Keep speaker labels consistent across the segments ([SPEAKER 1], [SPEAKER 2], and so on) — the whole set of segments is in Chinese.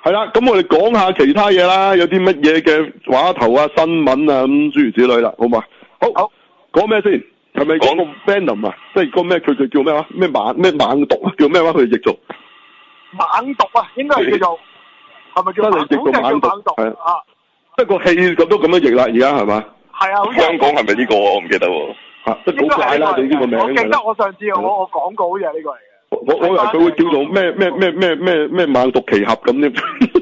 [SPEAKER 1] 係啦，咁我哋講下其他嘢啦，有啲乜嘢嘅話頭啊、新聞啊咁諸如此類啦，好嘛？好，
[SPEAKER 2] 好
[SPEAKER 1] 講咩先？係咪講
[SPEAKER 2] 講
[SPEAKER 1] 個 Venom 啊？即係個咩？佢佢叫咩話？啊咩猛咩猛毒啊？叫咩話？佢哋譯做
[SPEAKER 2] 猛毒啊，應該 係叫做係咪叫
[SPEAKER 1] 真係
[SPEAKER 2] 猛毒？好似
[SPEAKER 1] 叫
[SPEAKER 2] 係
[SPEAKER 1] 猛毒
[SPEAKER 2] 叫猛毒
[SPEAKER 1] 係
[SPEAKER 2] 啊，
[SPEAKER 1] 即係個戲咁都咁樣譯啦，而家係嘛？
[SPEAKER 2] 係啊，好似係
[SPEAKER 3] 香港係咪呢個我唔記得喎。
[SPEAKER 1] 嚇，即係
[SPEAKER 2] 應該
[SPEAKER 1] 好怪
[SPEAKER 2] 係呢
[SPEAKER 1] 啦！
[SPEAKER 2] 個
[SPEAKER 1] 你
[SPEAKER 2] 嚟
[SPEAKER 1] 呢個
[SPEAKER 2] 嘅
[SPEAKER 1] 名
[SPEAKER 2] 我記
[SPEAKER 1] 係
[SPEAKER 2] 得
[SPEAKER 1] 啦
[SPEAKER 2] 我上次
[SPEAKER 1] 係咯
[SPEAKER 2] 我我講過好似係呢個嚟嘅。
[SPEAKER 1] 我我我以為佢會叫做咩咩咩咩咩咩猛毒奇俠咁 添，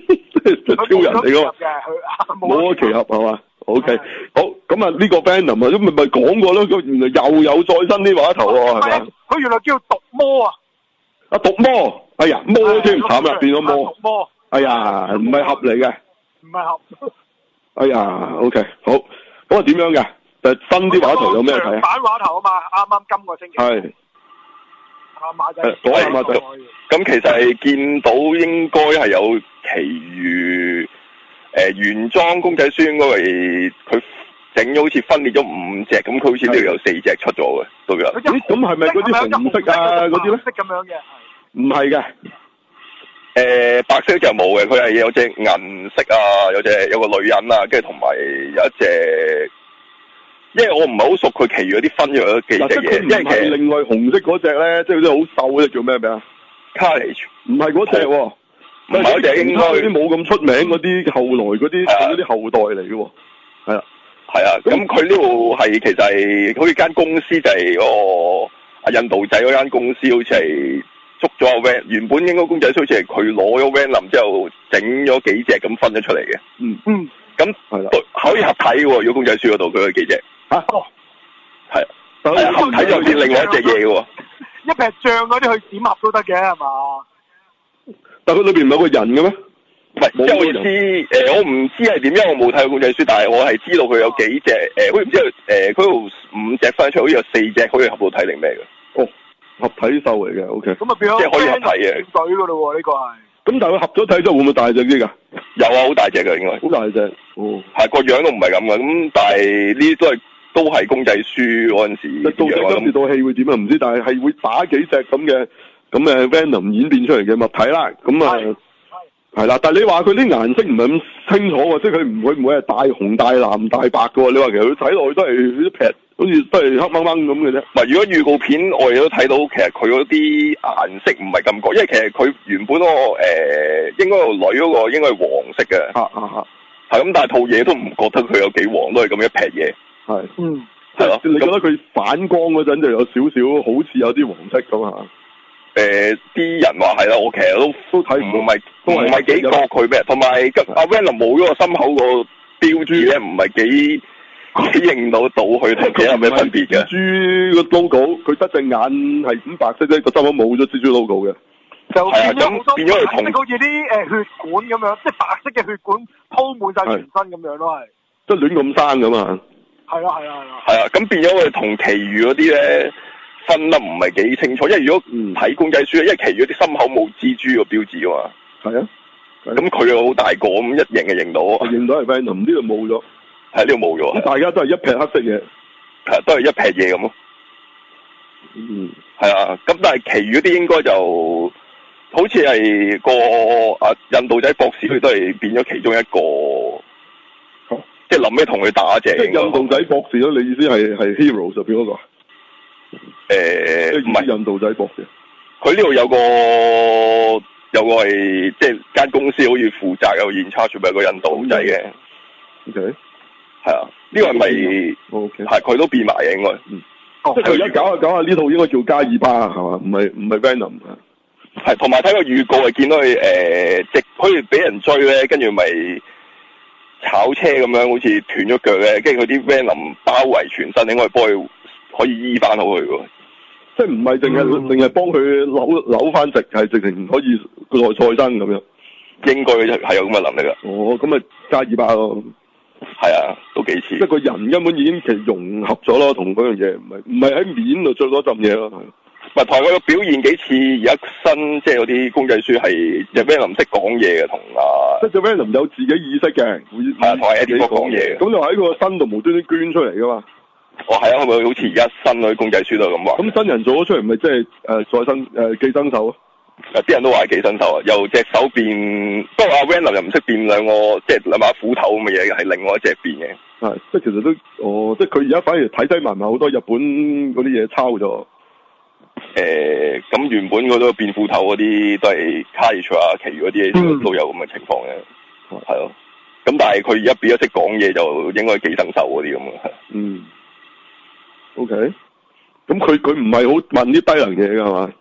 [SPEAKER 1] 即係超人嚟㗎嘛。
[SPEAKER 2] 佢啊
[SPEAKER 1] 冇
[SPEAKER 2] 冇
[SPEAKER 1] 咗奇合
[SPEAKER 2] 得
[SPEAKER 1] 係嘛？OK，
[SPEAKER 2] 係
[SPEAKER 1] 好咁啊！呢個 Venom 啊，咁咪咪講過咯。咁原來又有再新啲話頭
[SPEAKER 2] 入
[SPEAKER 1] 喎，
[SPEAKER 2] 嘅
[SPEAKER 1] 係咪啊？
[SPEAKER 2] 佢原來叫毒魔啊！
[SPEAKER 1] 啊毒魔，哎呀魔添，慘啦，變咗魔
[SPEAKER 3] 啊
[SPEAKER 2] 毒，魔
[SPEAKER 1] 哎呀唔係合嚟嘅，
[SPEAKER 2] 唔係合。
[SPEAKER 1] 哎呀，OK，好，咁啊點樣嘅？就新啲話頭有咩睇啊？
[SPEAKER 2] 反畫頭啊嘛，啱啱今個星期。
[SPEAKER 1] 係
[SPEAKER 2] 阿馬仔
[SPEAKER 1] 係。講下 馬仔
[SPEAKER 3] 咁其實係見到應該係有其餘誒、呃原裝公仔書應該係佢整咗好似分裂咗五隻，咁佢好似呢度有四隻出咗嘅都有。
[SPEAKER 2] 佢一
[SPEAKER 1] 咦咁係咪嗰啲紅色啊嗰啲咧
[SPEAKER 2] 紅色咁樣嘅。
[SPEAKER 1] 唔係嘅？
[SPEAKER 3] 誒、呃白色就冇嘅，佢係有隻銀色啊，有隻有個女人啊，跟住同埋有一隻，因為我唔係好熟佢其餘嗰啲分咗幾
[SPEAKER 1] 嗱，
[SPEAKER 3] 隻
[SPEAKER 1] 即係佢
[SPEAKER 3] 嘢，因
[SPEAKER 1] 唔
[SPEAKER 3] 為
[SPEAKER 1] 係
[SPEAKER 3] 其實
[SPEAKER 1] 另外紅色嗰只咧，即係嗰只好瘦嗰只叫咩名啊？
[SPEAKER 3] Carnage
[SPEAKER 1] 唔係嗰只喎，
[SPEAKER 3] 唔係嗰隻應該
[SPEAKER 1] 嗰啲冇咁出名嗰啲，後來嗰啲
[SPEAKER 3] 係啊
[SPEAKER 1] 嗰啲後代嚟嘅喎，係啦。
[SPEAKER 3] 係啊，咁佢呢度係其實係好似間公司就係嗰個啊印度仔嗰間公司，好似係捉咗阿 Van，原本應該公仔書好似係佢攞咗 Van 林之後整咗幾隻咁分咗出嚟嘅，
[SPEAKER 1] 嗯，
[SPEAKER 2] 嗯。
[SPEAKER 3] 咁
[SPEAKER 1] 係啦。
[SPEAKER 3] 對可以合體喎，如果公仔書嗰度佢有幾隻，
[SPEAKER 1] 嚇，
[SPEAKER 2] 哦，
[SPEAKER 3] 係啊
[SPEAKER 1] 但
[SPEAKER 3] 係啊
[SPEAKER 1] 係
[SPEAKER 3] 合體就變另外一隻嘢嘅喎。
[SPEAKER 2] 一劈醬嗰啲去閃合都得嘅係嘛？
[SPEAKER 1] 但佢裏邊唔係有個人嘅咩？
[SPEAKER 3] 唔係，即係我意思，誒、我唔知係點，因為我冇睇過公仔書，但係我係知道佢有幾隻，誒、好似唔知有誒，佢、度五隻分出，好似有四隻可以合到體定咩嘅。
[SPEAKER 1] 哦，合體獸嚟嘅，OK。
[SPEAKER 2] 咁啊變咗
[SPEAKER 3] 即係可以合體嘅
[SPEAKER 2] 水㗎咯喎，呢個係。
[SPEAKER 1] 咁但係佢合咗體之後會唔會大隻啲㗎？
[SPEAKER 3] 有啊，好大隻嘅應該，
[SPEAKER 1] 好大隻。哦，
[SPEAKER 3] 係個樣都唔係咁嘅。咁但係呢啲都係都係公仔書嗰陣 時
[SPEAKER 1] 到
[SPEAKER 3] 啲樣
[SPEAKER 1] 底今次
[SPEAKER 3] 咁。
[SPEAKER 1] 套戲會點啊？唔知，但係係會打幾隻咁嘅咁嘅 Venom 演變出嚟嘅物體啦。咁
[SPEAKER 2] 係
[SPEAKER 1] 啊，係啦。但係你話佢啲顏色唔係咁清楚喎，即係佢唔會唔會係大紅、大藍、大白嘅喎？你話其實佢睇落去都係一撇，好似都係黑掹掹咁嘅啫。
[SPEAKER 3] 唔係，如果預告片我哋都睇到，其實佢嗰啲顏色唔係咁講，因為其實佢原本嗰、個誒、應該個女嗰個應該係黃色嘅，
[SPEAKER 1] 啊啊
[SPEAKER 3] 係咁，但係套嘢都唔覺得佢有幾黃，都係咁一撇嘢，
[SPEAKER 1] 啊，係。
[SPEAKER 2] 嗯。
[SPEAKER 1] 即
[SPEAKER 3] 係
[SPEAKER 1] 係
[SPEAKER 3] 咯。
[SPEAKER 1] 你覺
[SPEAKER 3] 咁
[SPEAKER 1] 得佢反光嗰陣就有少少好似有啲黃色咁啊？
[SPEAKER 3] 誒啲人話係啦，我其實都
[SPEAKER 1] 都睇唔
[SPEAKER 3] 唔
[SPEAKER 1] 到
[SPEAKER 3] 係唔係幾覺佢咩，同埋今阿 v a n 冇咗個心口個標誌咧，唔係幾幾認到到佢同 其他有咩分別嘅。
[SPEAKER 1] 蜘蛛個 logo，佢得隻眼係咁白色啫，個心口冇咗蜘蛛 logo 嘅。
[SPEAKER 2] 就變咗好多
[SPEAKER 3] 係啊咁變咗佢
[SPEAKER 2] 白色
[SPEAKER 3] 同
[SPEAKER 2] 好似啲誒呃血管咁樣，即係白色嘅血管鋪滿晒全身咁樣咯，係。
[SPEAKER 1] 即係亂咁生咁啊！
[SPEAKER 2] 係啦係啦係啦。
[SPEAKER 3] 係啊，咁變咗佢同其餘嗰啲咧分得唔係幾清楚，因為如果
[SPEAKER 1] 嗯
[SPEAKER 3] 睇公仔書，因為其餘嗰啲心口冇蜘蛛個標誌啊嘛，
[SPEAKER 1] 係啊，
[SPEAKER 3] 咁佢又好大個，咁一認就認到，
[SPEAKER 1] 我認到係 Venom，呢度冇咗，
[SPEAKER 3] 啊喺呢度冇咗啊
[SPEAKER 1] 咁，大家都係一撇黑色嘢。
[SPEAKER 3] 係啊都係一撇嘢咁咯。
[SPEAKER 1] 嗯，
[SPEAKER 3] 係啊，咁但係其餘嗰啲應該就好似係個啊印度仔博士，佢都係變咗其中一個，
[SPEAKER 1] 好
[SPEAKER 3] 即係臨尾同佢打
[SPEAKER 1] 即
[SPEAKER 3] 啫。
[SPEAKER 1] 係印度仔博士咯。你意思係係 hero 就變啊嗰個，即
[SPEAKER 3] 誒唔
[SPEAKER 1] 係
[SPEAKER 3] 係，
[SPEAKER 1] 印度仔博士。
[SPEAKER 3] 佢呢度有個有個係即係間公司好似負責有 in charge 咪有個印度仔嘅，
[SPEAKER 1] OK，OK，
[SPEAKER 3] 係啊，呢個係咪
[SPEAKER 1] 嗯
[SPEAKER 3] 係佢都變埋嘅應該？
[SPEAKER 2] 哦
[SPEAKER 1] 哦即係佢而家搞下搞下呢套應該叫加爾巴係嘛？唔係唔係 Venom 啊？
[SPEAKER 3] 係，同埋睇個預告係見到佢誒、呃直好似俾人追咧，跟住咪炒車咁樣，好似斷咗腳咧，跟住佢啲 van 林包圍全身，應該係幫佢可以醫翻好佢喎。
[SPEAKER 1] 即係唔係淨係
[SPEAKER 2] 嗯
[SPEAKER 1] 淨係幫佢扭扭翻直，係直情可以內再生咁樣。
[SPEAKER 3] 應該係有咁嘅能力啦，
[SPEAKER 1] 哦，咁咪加二百咯，
[SPEAKER 3] 嗯係啊，都幾
[SPEAKER 1] 即
[SPEAKER 3] 似
[SPEAKER 1] 係。個人根本已經其實融合咗咯，同嗰樣嘢唔係唔係喺面度着咗浸嘢咯。係
[SPEAKER 3] 咪台佢嘅表現幾似而家新即係嗰啲公仔書係隻 van 林識講嘢嘅，同啊
[SPEAKER 1] 即係隻 Venom 有自己意識嘅，會
[SPEAKER 3] 係啊同埋 Eddie 哥講嘢嘅
[SPEAKER 1] 咁就喺個身度無端端捐出嚟噶嘛。
[SPEAKER 3] 哦係啊，係哦咪好似而家新嗰啲公仔書都係咁話？
[SPEAKER 1] 呃咁真人做咗出嚟，咪即係誒再生誒寄生獸咯。
[SPEAKER 3] 啊啲人都話係幾新手啊，由隻手變，不過阿 Van 林又唔識變兩個，即係兩把斧頭咁嘅嘢，係另外一隻變嘅。
[SPEAKER 1] 係即係其實都哦，即係佢而家反而睇低埋埋好多日本嗰啲嘢抄咗。
[SPEAKER 3] 誒、咁原本嗰個變斧頭嗰啲都係 Carriage 啊，其餘嗰啲
[SPEAKER 2] 嗯
[SPEAKER 3] 都有咁嘅情況嘅，
[SPEAKER 1] 嗯
[SPEAKER 3] 係咯、咁但係佢而家變咗識講嘢，就應該幾生手嗰啲咁啊。
[SPEAKER 1] 嗯，OK，咁佢佢唔係好問啲低能嘢㗎係嘛？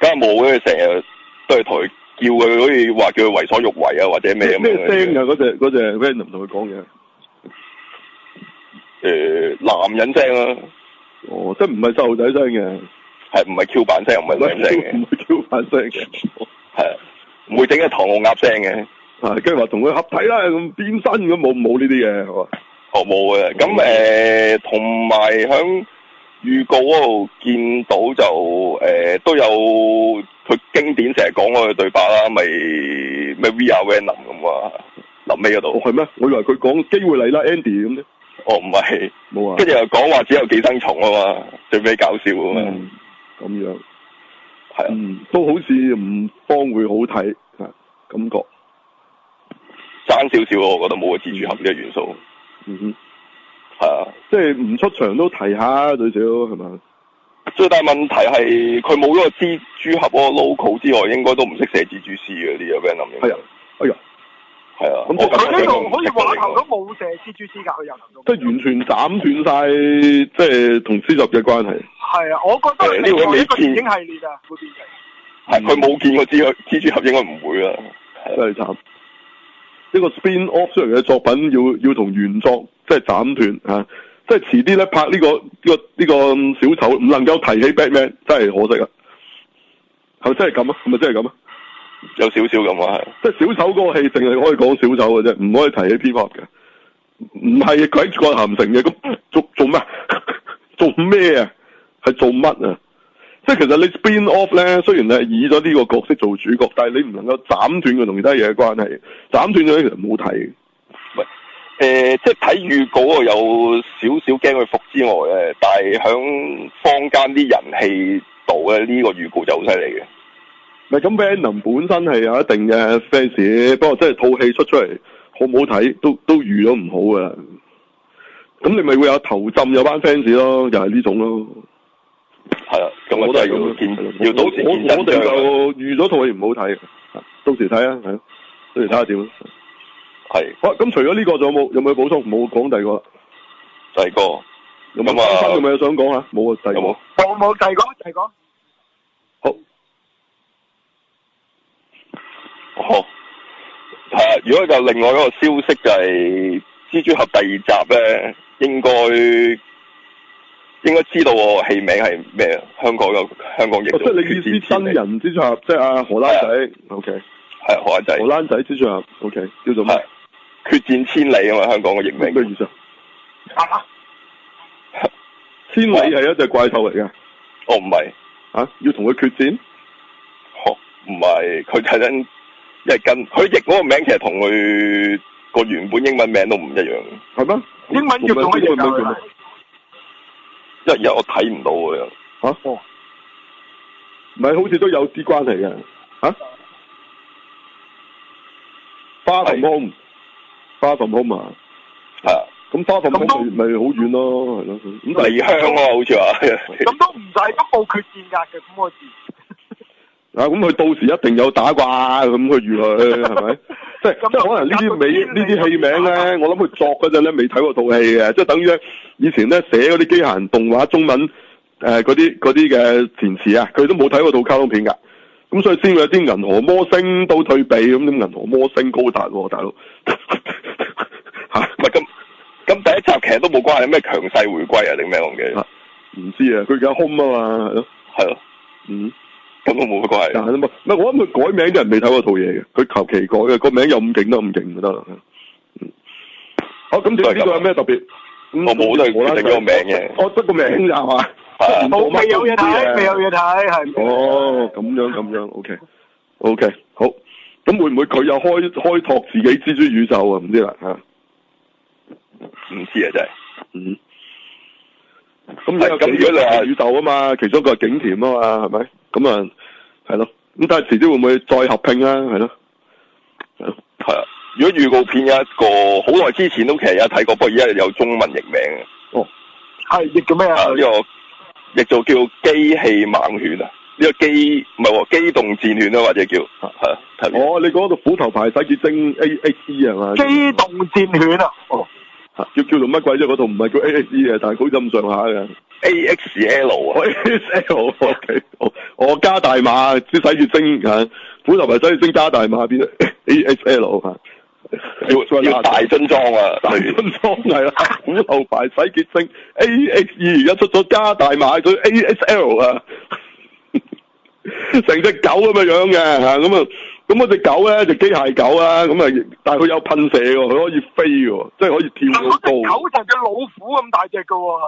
[SPEAKER 3] 梗係冇嘅，成日都係同佢叫佢，好似話叫佢為所欲為啊，或者咩咁
[SPEAKER 1] 咩
[SPEAKER 3] 樣。
[SPEAKER 1] 聲㗎？嗰隻嗰隻 random 同佢講嘢，
[SPEAKER 3] 誒、呃男人聲啦、
[SPEAKER 1] 哦，即係唔係細路仔聲嘅，
[SPEAKER 3] 係唔係 Q 版聲，唔係女人聲
[SPEAKER 1] 唔
[SPEAKER 3] 嘅，
[SPEAKER 1] 係叫反聲嘅，
[SPEAKER 3] 係唔會整嘅唐龍鴨聲嘅。
[SPEAKER 1] 係跟住話同佢合體啦，咁變身咁冇冇呢啲嘅係嘛？
[SPEAKER 3] 哦，冇嘅。咁
[SPEAKER 1] 嗯
[SPEAKER 3] 誒，同埋響預告嗰度見到就誒、呃都有佢經典成日講嗰句對白啦，咪咩 We Are Venom 咁啊，臨尾嗰
[SPEAKER 1] 哦
[SPEAKER 3] 度。
[SPEAKER 1] 係咩？我以為佢講機會嚟啦，Andy 咁咧，
[SPEAKER 3] 哦，唔係，
[SPEAKER 1] 冇啊
[SPEAKER 3] 跟。住又講話只有寄生蟲啊嘛，最尾搞笑啊嘛，
[SPEAKER 1] 嗯咁樣，
[SPEAKER 3] 係啊，
[SPEAKER 1] 嗯，都好似唔幫會好睇，係感覺，
[SPEAKER 3] 爭少少我覺得冇個蜘蛛俠呢個元素，
[SPEAKER 1] 嗯哼，
[SPEAKER 3] 係啊。
[SPEAKER 1] 即係唔出場都提下最少係嘛？
[SPEAKER 3] 最大問題係佢冇咗個蜘蛛俠嗰個 logo 之外，應該都唔識寫蜘蛛絲嘅呢個 Venom 應該。
[SPEAKER 1] 係啊，哎呀，
[SPEAKER 3] 係啊。
[SPEAKER 1] 咁
[SPEAKER 3] 我
[SPEAKER 2] 佢呢
[SPEAKER 3] 覺得
[SPEAKER 2] 度好似話頭都
[SPEAKER 3] 應
[SPEAKER 2] 冇射蜘蛛絲㗎，佢由頭到
[SPEAKER 1] 即係完全斬斷晒，即係同蜘蛛嘅關係。
[SPEAKER 2] 係啊，我覺得
[SPEAKER 3] 誒呢位
[SPEAKER 2] 另外一個
[SPEAKER 3] 美
[SPEAKER 2] 電
[SPEAKER 3] 健
[SPEAKER 2] 影系列啊，會變成
[SPEAKER 3] 該係佢冇見過蜘蛛蜘蛛俠，應該唔會啦。係啊
[SPEAKER 1] 嗯真係慘！一個 spin off 出嚟嘅作品要要同原作即係斬斷嚇、啊即係遲啲咧拍呢、個呢、個呢、個嗯小丑唔能夠提起 Batman，真係可惜啊！係咪真係咁啊？係咪真係咁啊？
[SPEAKER 3] 有少少咁啊，係。
[SPEAKER 1] 即係小丑嗰個戲，淨係可以講小丑嘅啫，唔可以提起 P-pop 嘅。唔係鬼葛咸城嘅，咁做做咩？啊 做咩啊？係做乜啊？即係其實你 spin off 咧，雖然你係以咗呢個角色做主角，但係你唔能夠斬斷佢同其他嘢嘅關係。斬斷咗其實冇睇。
[SPEAKER 3] 誒、即係睇預告嗰度有少少驚佢復之外咧，但係響坊間啲人氣度咧，呢、個預告就好犀利嘅。
[SPEAKER 1] 咪咁 Venom 本身係有一定嘅 fans，不過即係套戲出出嚟好唔好睇，都都預咗唔好噶啦。咁你咪會有頭浸有班 fans 咯，又係呢種咯。
[SPEAKER 3] 係啊，咁我真係要見，要到時
[SPEAKER 1] 我
[SPEAKER 3] 見
[SPEAKER 1] 我
[SPEAKER 3] 真
[SPEAKER 1] 哋
[SPEAKER 3] 章啊。
[SPEAKER 1] 就預咗套戲唔好睇，到時睇啊，係咯，到時睇下點咯。
[SPEAKER 3] 係
[SPEAKER 1] 好，咁除咗呢個仲有冇有冇補充？冇講第二個啦，
[SPEAKER 3] 第二個
[SPEAKER 1] 有冇
[SPEAKER 3] 咁啊
[SPEAKER 1] 分有冇嘢想講啊？冇啊，第二個
[SPEAKER 3] 有冇？
[SPEAKER 2] 冇冇啊第二個第二個。
[SPEAKER 1] 好，
[SPEAKER 3] 哦，係啊！如果就另外一個消息就係蜘蛛俠第二集咧，應該應該知道我戲名係咩啊？香港有香港亦
[SPEAKER 1] 哦即係你意思真人蜘蛛俠，即係阿荷蘭仔，OK，
[SPEAKER 3] 啊係何仔
[SPEAKER 1] 荷蘭仔蜘蛛俠，OK，叫做
[SPEAKER 3] 係
[SPEAKER 1] 咩？
[SPEAKER 3] 決戰千里啊嘛！香港嘅譯
[SPEAKER 1] 咩意
[SPEAKER 3] 名
[SPEAKER 1] 思啊？
[SPEAKER 2] 啊
[SPEAKER 1] 千里係一隻怪獸嚟嘅，
[SPEAKER 3] 哦唔係，
[SPEAKER 1] 啊，要同佢決戰，
[SPEAKER 3] 哦唔係，佢睇緊一係跟佢譯嗰個名其實同佢個原本英文名都唔一樣，
[SPEAKER 1] 係咩？
[SPEAKER 2] 英文叫做乜嘢
[SPEAKER 1] 英文名
[SPEAKER 2] 㗎
[SPEAKER 3] 啊
[SPEAKER 1] 叫咩？
[SPEAKER 3] 因為而家我睇唔到啊嘅。
[SPEAKER 1] 嚇？唔啊係，好似都有啲關係嘅啊嚇。花同空，花同空啊！
[SPEAKER 3] 係啊，
[SPEAKER 1] 咁花同
[SPEAKER 2] 咁都
[SPEAKER 1] 空咪咪好遠咯，係咯。咁
[SPEAKER 3] 離鄉啊嘛，好似 話。
[SPEAKER 2] 咁都唔使都冇決戰㗎嘅咁個字。
[SPEAKER 1] 啊，咁佢到時一定有打啩，咁佢預 佢係咪？即係
[SPEAKER 2] 咁啊
[SPEAKER 1] 即係可能呢啲美呢啲戲名咧，我諗佢作嗰陣咧未睇過套戲嘅，即係等於咧以前咧寫嗰啲機械人動畫中文誒嗰啲嗰啲嘅填詞啊，佢都冇睇過套卡通片㗎。咁所以先會有啲銀河魔星都退避咁，啲銀河魔星高達喎、大佬 嚇
[SPEAKER 3] 唔係咁咁第一集其實都冇關係咩強勢回歸啊定咩我唔記得，
[SPEAKER 1] 啊唔知啊，佢而家空啊嘛，係咯，
[SPEAKER 3] 係咯，
[SPEAKER 1] 嗯。
[SPEAKER 3] 咁都冇乜關
[SPEAKER 1] 但
[SPEAKER 3] 係。啊
[SPEAKER 1] 係唔係，我諗佢改名啲人未睇過套嘢嘅，佢求其改嘅，個名有咁勁得咁勁就得啦。嗯好，咁
[SPEAKER 3] 都係咁
[SPEAKER 1] 呢個有咩特別？嗯
[SPEAKER 3] 我冇都係
[SPEAKER 1] 我
[SPEAKER 3] 決定咗個名嘅
[SPEAKER 1] 我哦得個名咋係嘛？
[SPEAKER 3] 係啊
[SPEAKER 1] 冇
[SPEAKER 2] 冇未有嘢
[SPEAKER 3] 啊
[SPEAKER 2] 睇，未有嘢睇係。
[SPEAKER 1] 哦，咁樣咁樣，OK，OK，、好。咁會唔會佢又開開拓自己蜘蛛宇宙啊？唔知啦嚇。
[SPEAKER 3] 唔知啊真係。
[SPEAKER 1] 嗯。咁而家有
[SPEAKER 3] 係咁如果你話
[SPEAKER 1] 幾個宇宙啊嘛，其中一個係景甜啊嘛，係咪？咁啊，係咯。咁但係遲啲會唔會再合併啊？係咯，係咯，
[SPEAKER 3] 係啊。如果預告片有一個好耐之前都其實有睇過，不過而家有中文譯名嘅，
[SPEAKER 1] 哦，
[SPEAKER 2] 係亦叫咩啊
[SPEAKER 3] 啊？呢、個亦就叫機器猛犬啊，呢、個機唔係喎機動戰犬啊，或者叫係啊，睇完
[SPEAKER 1] 哦，你講到虎頭牌洗潔精 A A E 係嘛？
[SPEAKER 2] 機動戰犬啊！哦，
[SPEAKER 1] 叫叫做乜鬼啫？嗰度唔係叫 A A E 嘅，但係好似咁上下嘅。
[SPEAKER 3] A X L 啊
[SPEAKER 1] 我。O K，我我哦加大碼，即係洗潔精嚇，虎頭牌洗潔精加大碼變咗 A S L 啊嚇。
[SPEAKER 3] 要要大樽裝啊！
[SPEAKER 1] 大
[SPEAKER 3] 例如
[SPEAKER 1] 分裝係啦，虎頭牌洗潔精 A X E 而家出咗加大碼咗 A S L 啊， 成隻狗咁嘅樣嘅嚇，咁啊咁嗰只狗咧就機械狗啦，咁啊但係佢有噴射喎，佢可以飛喎，即係可以跳
[SPEAKER 2] 嗰
[SPEAKER 1] 好
[SPEAKER 2] 只
[SPEAKER 1] 高，
[SPEAKER 2] 啊狗成隻老虎咁大隻噶喎，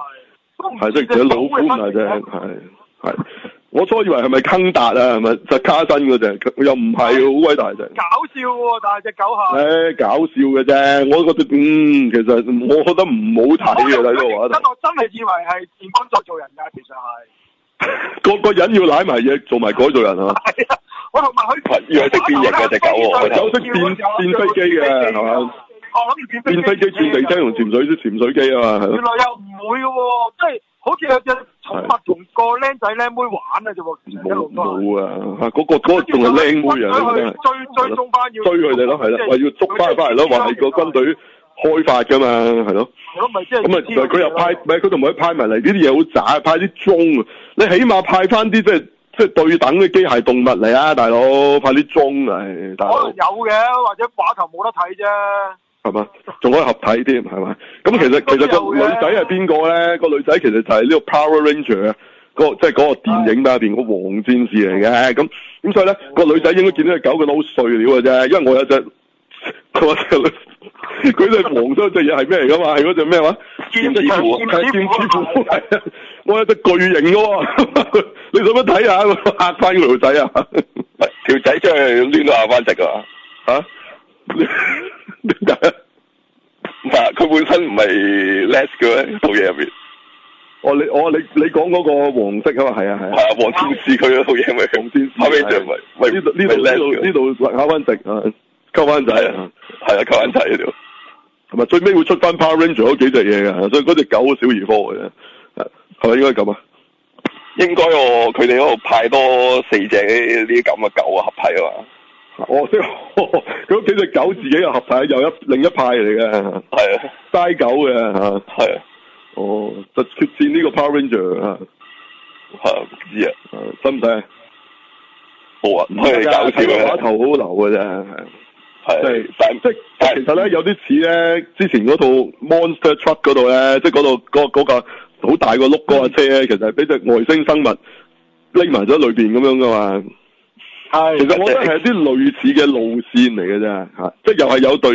[SPEAKER 1] 係
[SPEAKER 2] 係
[SPEAKER 1] 即係其實老虎啊咁大隻，係係。我初以為係咪坑達啊，係咪就卡辛嗰只，佢又唔係好鬼大隻。
[SPEAKER 2] 搞笑喎，但係隻狗
[SPEAKER 1] 誒、
[SPEAKER 2] 係。
[SPEAKER 1] 搞笑嘅啫，我覺得嗯，其實我覺得唔好睇嘅睇個話題
[SPEAKER 2] 真。我真係以為係善君作做人㗎，其實係。
[SPEAKER 1] 個個人要舐埋嘢，做埋改造人 啊！
[SPEAKER 2] 係啊，我同埋佢
[SPEAKER 3] 喂以為識變形嘅隻狗 喎
[SPEAKER 1] 有識變
[SPEAKER 2] 啊
[SPEAKER 1] 變飛機嘅係嘛？
[SPEAKER 2] 我諗住
[SPEAKER 1] 變
[SPEAKER 2] 哦變
[SPEAKER 1] 飛機、轉地車同潛水啲潛水機啊嘛，係
[SPEAKER 2] 原
[SPEAKER 1] 咯，
[SPEAKER 2] 來又唔會嘅喎，即係好似有隻寵物同個僆仔僆妹玩啊啫喎，其實一
[SPEAKER 1] 冇
[SPEAKER 2] 路都係。
[SPEAKER 1] 冇啊！嚇嗰個嗰個仲係靚妹啊！真係
[SPEAKER 2] 追追蹤翻要
[SPEAKER 1] 追佢哋咯，係啦，話要捉翻翻嚟咯，話係個軍。隊開發㗎嘛，係咯。
[SPEAKER 2] 咁咪即係
[SPEAKER 1] 咁啊，佢又派，唔係佢同埋佢派埋嚟呢啲嘢好渣，派啲鐘啊！你起碼派翻啲即係即係對等嘅機械動物嚟啊，大佬！派啲鐘嚟，大
[SPEAKER 2] 可能
[SPEAKER 1] 佬
[SPEAKER 2] 有嘅，或者畫頭冇得睇啫。
[SPEAKER 1] 係嘛？仲可以合體添，係嘛？咁其實其實個女仔係邊個咧？個女仔其實就係呢個 Power Ranger 啊，嗰個即係嗰個電影入邊個黃戰士嚟嘅。咁咁所以咧，個女仔應該見到只狗，佢都好碎料嘅啫。因為我有隻，佢話隻女，佢隻黃色隻嘢係咩嚟㗎嘛？係嗰隻咩話？
[SPEAKER 3] 劍指虎
[SPEAKER 1] 係劍指虎係啊！我有隻巨型嘅喎，你想唔想睇下？嚇翻個女仔啊！
[SPEAKER 3] 喂條仔將佢攣到下翻食啊！
[SPEAKER 1] 嚇點解啊？
[SPEAKER 3] 嗱，佢本身唔係 less 嘅咩？套嘢入面
[SPEAKER 1] 哦，你我你你講嗰個黃色啊嘛，係啊係
[SPEAKER 3] 係
[SPEAKER 1] 啊，
[SPEAKER 3] 啊，黃天使佢嗰套嘢咪
[SPEAKER 1] 黃天使
[SPEAKER 3] 後尾就唔係咪
[SPEAKER 1] 啊呢度呢
[SPEAKER 3] 咪
[SPEAKER 1] 度呢
[SPEAKER 3] less
[SPEAKER 1] 度
[SPEAKER 3] 嘅
[SPEAKER 1] 呢度溝翻直啊，溝翻仔
[SPEAKER 3] 係
[SPEAKER 1] 啊
[SPEAKER 3] 啊，係啊，扣眼仔嗰條
[SPEAKER 1] 同埋最尾會出翻 Power Ranger 嗰幾隻嘢嘅，啊所以嗰只狗好小兒科嘅啫，係係咪應該咁啊？
[SPEAKER 3] 應該我佢哋嗰度派多四隻呢啲咁嘅狗啊合體啊嘛，
[SPEAKER 1] 哦，即係 佢嗰幾隻狗自己又合體，又一另一派嚟嘅，
[SPEAKER 3] 係啊
[SPEAKER 1] 齋狗嘅嚇，
[SPEAKER 3] 係啊
[SPEAKER 1] 哦，就決戰呢個 Power Ranger 啊
[SPEAKER 3] 係啊唔知啊，
[SPEAKER 1] 啊，使唔使啊？
[SPEAKER 3] 冇啊，佢哋搞
[SPEAKER 1] 睇個
[SPEAKER 3] 笑
[SPEAKER 1] 畫頭好
[SPEAKER 3] 啊，
[SPEAKER 1] 流嘅啫，係。啊即係
[SPEAKER 3] 係但
[SPEAKER 1] 即係其實咧有啲似咧之前嗰套 Monster Truck 嗰度咧，即係嗰度嗰嗰架好大個碌嗰架車咧，其實係俾隻外星生物匿埋咗喺裏邊咁樣噶嘛。
[SPEAKER 2] 係
[SPEAKER 1] 其實我覺得係啲類似嘅路線嚟嘅啫，嚇，即係又係有隊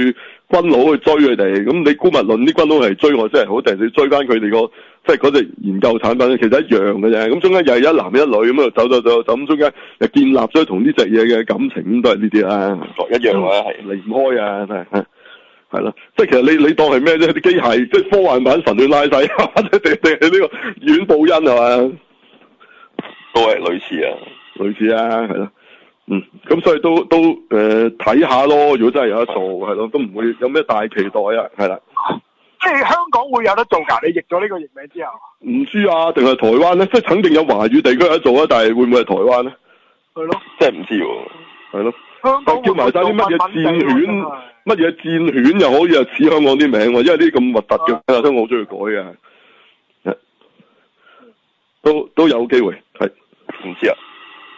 [SPEAKER 1] 軍佬去追佢哋，咁你姑勿論啲軍佬係追我真係好，定係你追翻佢哋個即係嗰隻研究產品，其實一樣嘅啫。咁中間又係一男一女咁啊走走走走，咁中間又建立咗同呢隻嘢嘅感情，咁都係呢啲啦。
[SPEAKER 3] 一樣啊，係
[SPEAKER 1] 離唔開啊，真係係咯，即係其實你你當係咩啫？啲機械即係科幻版神犬拉晒， 定定係呢個阮布恩係嘛？
[SPEAKER 3] 都係類似啊，
[SPEAKER 1] 類似啊，係咯，嗯，咁所以都都誒睇下咯，如果真係有得做，係咯，都唔會有咩大期待啊，係啦，
[SPEAKER 2] 即係香港會有得做㗎。你譯咗呢個譯名之後，
[SPEAKER 1] 唔知啊，定係台灣咧？即係肯定有華語地區有得做啊，但係會唔會係台灣咧？
[SPEAKER 2] 係咯，
[SPEAKER 3] 真係唔知喎。
[SPEAKER 1] 係咯，
[SPEAKER 2] 香港
[SPEAKER 1] 但啊叫埋晒啲乜嘢戰犬，
[SPEAKER 2] 啊
[SPEAKER 1] 乜嘢戰犬又可以又似香港啲名喎，因為呢啲咁核突嘅，
[SPEAKER 2] 啊
[SPEAKER 1] 香港好中意改嘅，係都都有機會係。
[SPEAKER 3] 唔知啊。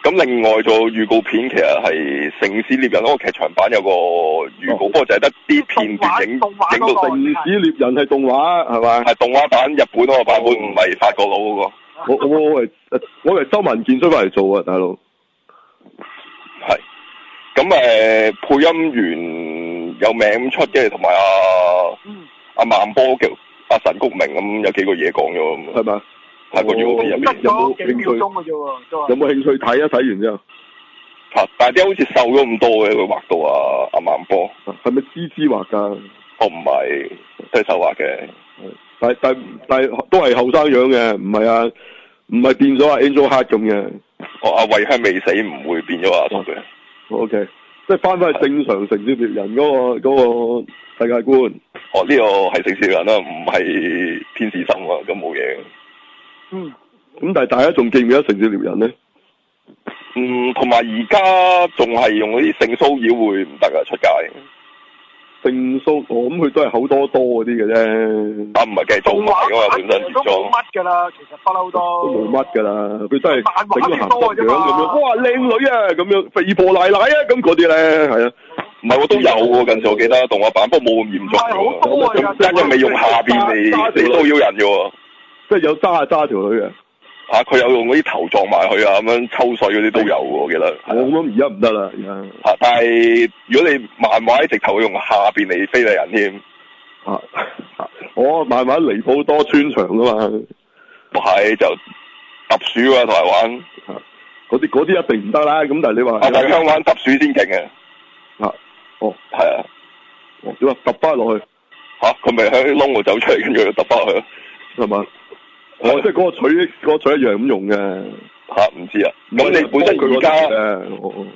[SPEAKER 3] 咁另外做預告片其實係《城市獵人》嗰個劇場版有個預告，
[SPEAKER 1] 哦
[SPEAKER 3] 不過就係得啲片段影影
[SPEAKER 2] 動畫
[SPEAKER 3] 到
[SPEAKER 2] 動畫嗰個
[SPEAKER 1] 城市獵人係動畫係嘛？
[SPEAKER 3] 哦係動畫版日本嗰個版本，唔係法國佬嗰個。
[SPEAKER 1] 我我我係我係周文健出翻嚟做啊，大佬。
[SPEAKER 3] 係咁誒，配音員有名出嘅，同埋阿
[SPEAKER 2] 嗯，
[SPEAKER 3] 阿孟波叫阿神谷明咁，有幾個嘢講咗咁
[SPEAKER 1] 係
[SPEAKER 3] 啊。
[SPEAKER 1] 咪啊？
[SPEAKER 3] 係個預告片入
[SPEAKER 2] 得
[SPEAKER 3] 面
[SPEAKER 2] 咗幾秒鐘嘅啫喎，都
[SPEAKER 1] 有
[SPEAKER 2] 係。
[SPEAKER 1] 冇興趣睇啊？睇完之後
[SPEAKER 3] 嚇但係啲好似瘦咗咁多嘅，佢畫到啊阿孟波，
[SPEAKER 1] 啊係咪芝芝畫㗎？
[SPEAKER 3] 我唔係都係手畫嘅。
[SPEAKER 1] 但但但都係後生樣嘅，唔係啊，唔係變咗啊 Angel Heart 咁嘅。
[SPEAKER 3] 我哦阿慧香未死唔會變咗阿叔嘅，
[SPEAKER 1] O K，即係翻返去正常城市獵人嗰、個嗰、個世界觀。
[SPEAKER 3] 哦呢個係城市人啦，唔係天使心啊，咁冇嘢。
[SPEAKER 2] 嗯，
[SPEAKER 1] 咁但係大家仲記唔記得城市獵人咧？
[SPEAKER 3] 嗯，同埋而家仲係用嗰啲性騷擾會唔得啊，出街，
[SPEAKER 1] 正蘇，我諗佢都係口多多嗰啲嘅啫，
[SPEAKER 3] 啊但唔係繼續
[SPEAKER 2] 動
[SPEAKER 3] 埋
[SPEAKER 2] 畫
[SPEAKER 3] 噶嘛，本身
[SPEAKER 2] 啊都
[SPEAKER 3] 原裝
[SPEAKER 2] 冇。乜㗎啦，其實不嬲
[SPEAKER 1] 都
[SPEAKER 2] 都
[SPEAKER 1] 冇乜㗎啦。佢都係整個鹹濕樣
[SPEAKER 2] 漫畫先多
[SPEAKER 1] 咁
[SPEAKER 2] 啫
[SPEAKER 1] 樣，
[SPEAKER 2] 嘛
[SPEAKER 1] 哇靚女啊咁樣，肥婆奶奶啊咁嗰啲咧，係啊，
[SPEAKER 3] 唔係我都有喎，近時我記得動畫版，不過冇咁嚴重嘅
[SPEAKER 2] 唔係好多啊
[SPEAKER 3] 喎。中間一味用下 邊嚟
[SPEAKER 1] 揸
[SPEAKER 3] 嚟騷擾人嘅喎，
[SPEAKER 1] 即係有揸下揸條女嘅。
[SPEAKER 3] 啊佢有用嗰啲頭撞埋去啊，咁樣抽水嗰啲都有喎，我記得。
[SPEAKER 1] 我啊諗而家唔得啦，而家
[SPEAKER 3] 啊但係如果你漫畫直頭用下邊嚟飛你人添，
[SPEAKER 1] 啊，我慢慢離譜多穿牆㗎嘛，
[SPEAKER 3] 唔係就揼鼠啊，同埋玩
[SPEAKER 1] 嗰啲嗰啲一定唔得啦。咁但係你話
[SPEAKER 3] 啊，大香玩揼鼠先勁嘅，
[SPEAKER 1] 啊，哦，
[SPEAKER 3] 係啊，
[SPEAKER 1] 哦點啊揼翻落去
[SPEAKER 3] 嚇佢咪喺窿度走出嚟，跟住揼翻去。
[SPEAKER 1] 係嘛？哦，即係嗰個取嗰個取一樣咁用嘅。
[SPEAKER 3] 吓唔知啊，咁你本身而家
[SPEAKER 1] 誒，我我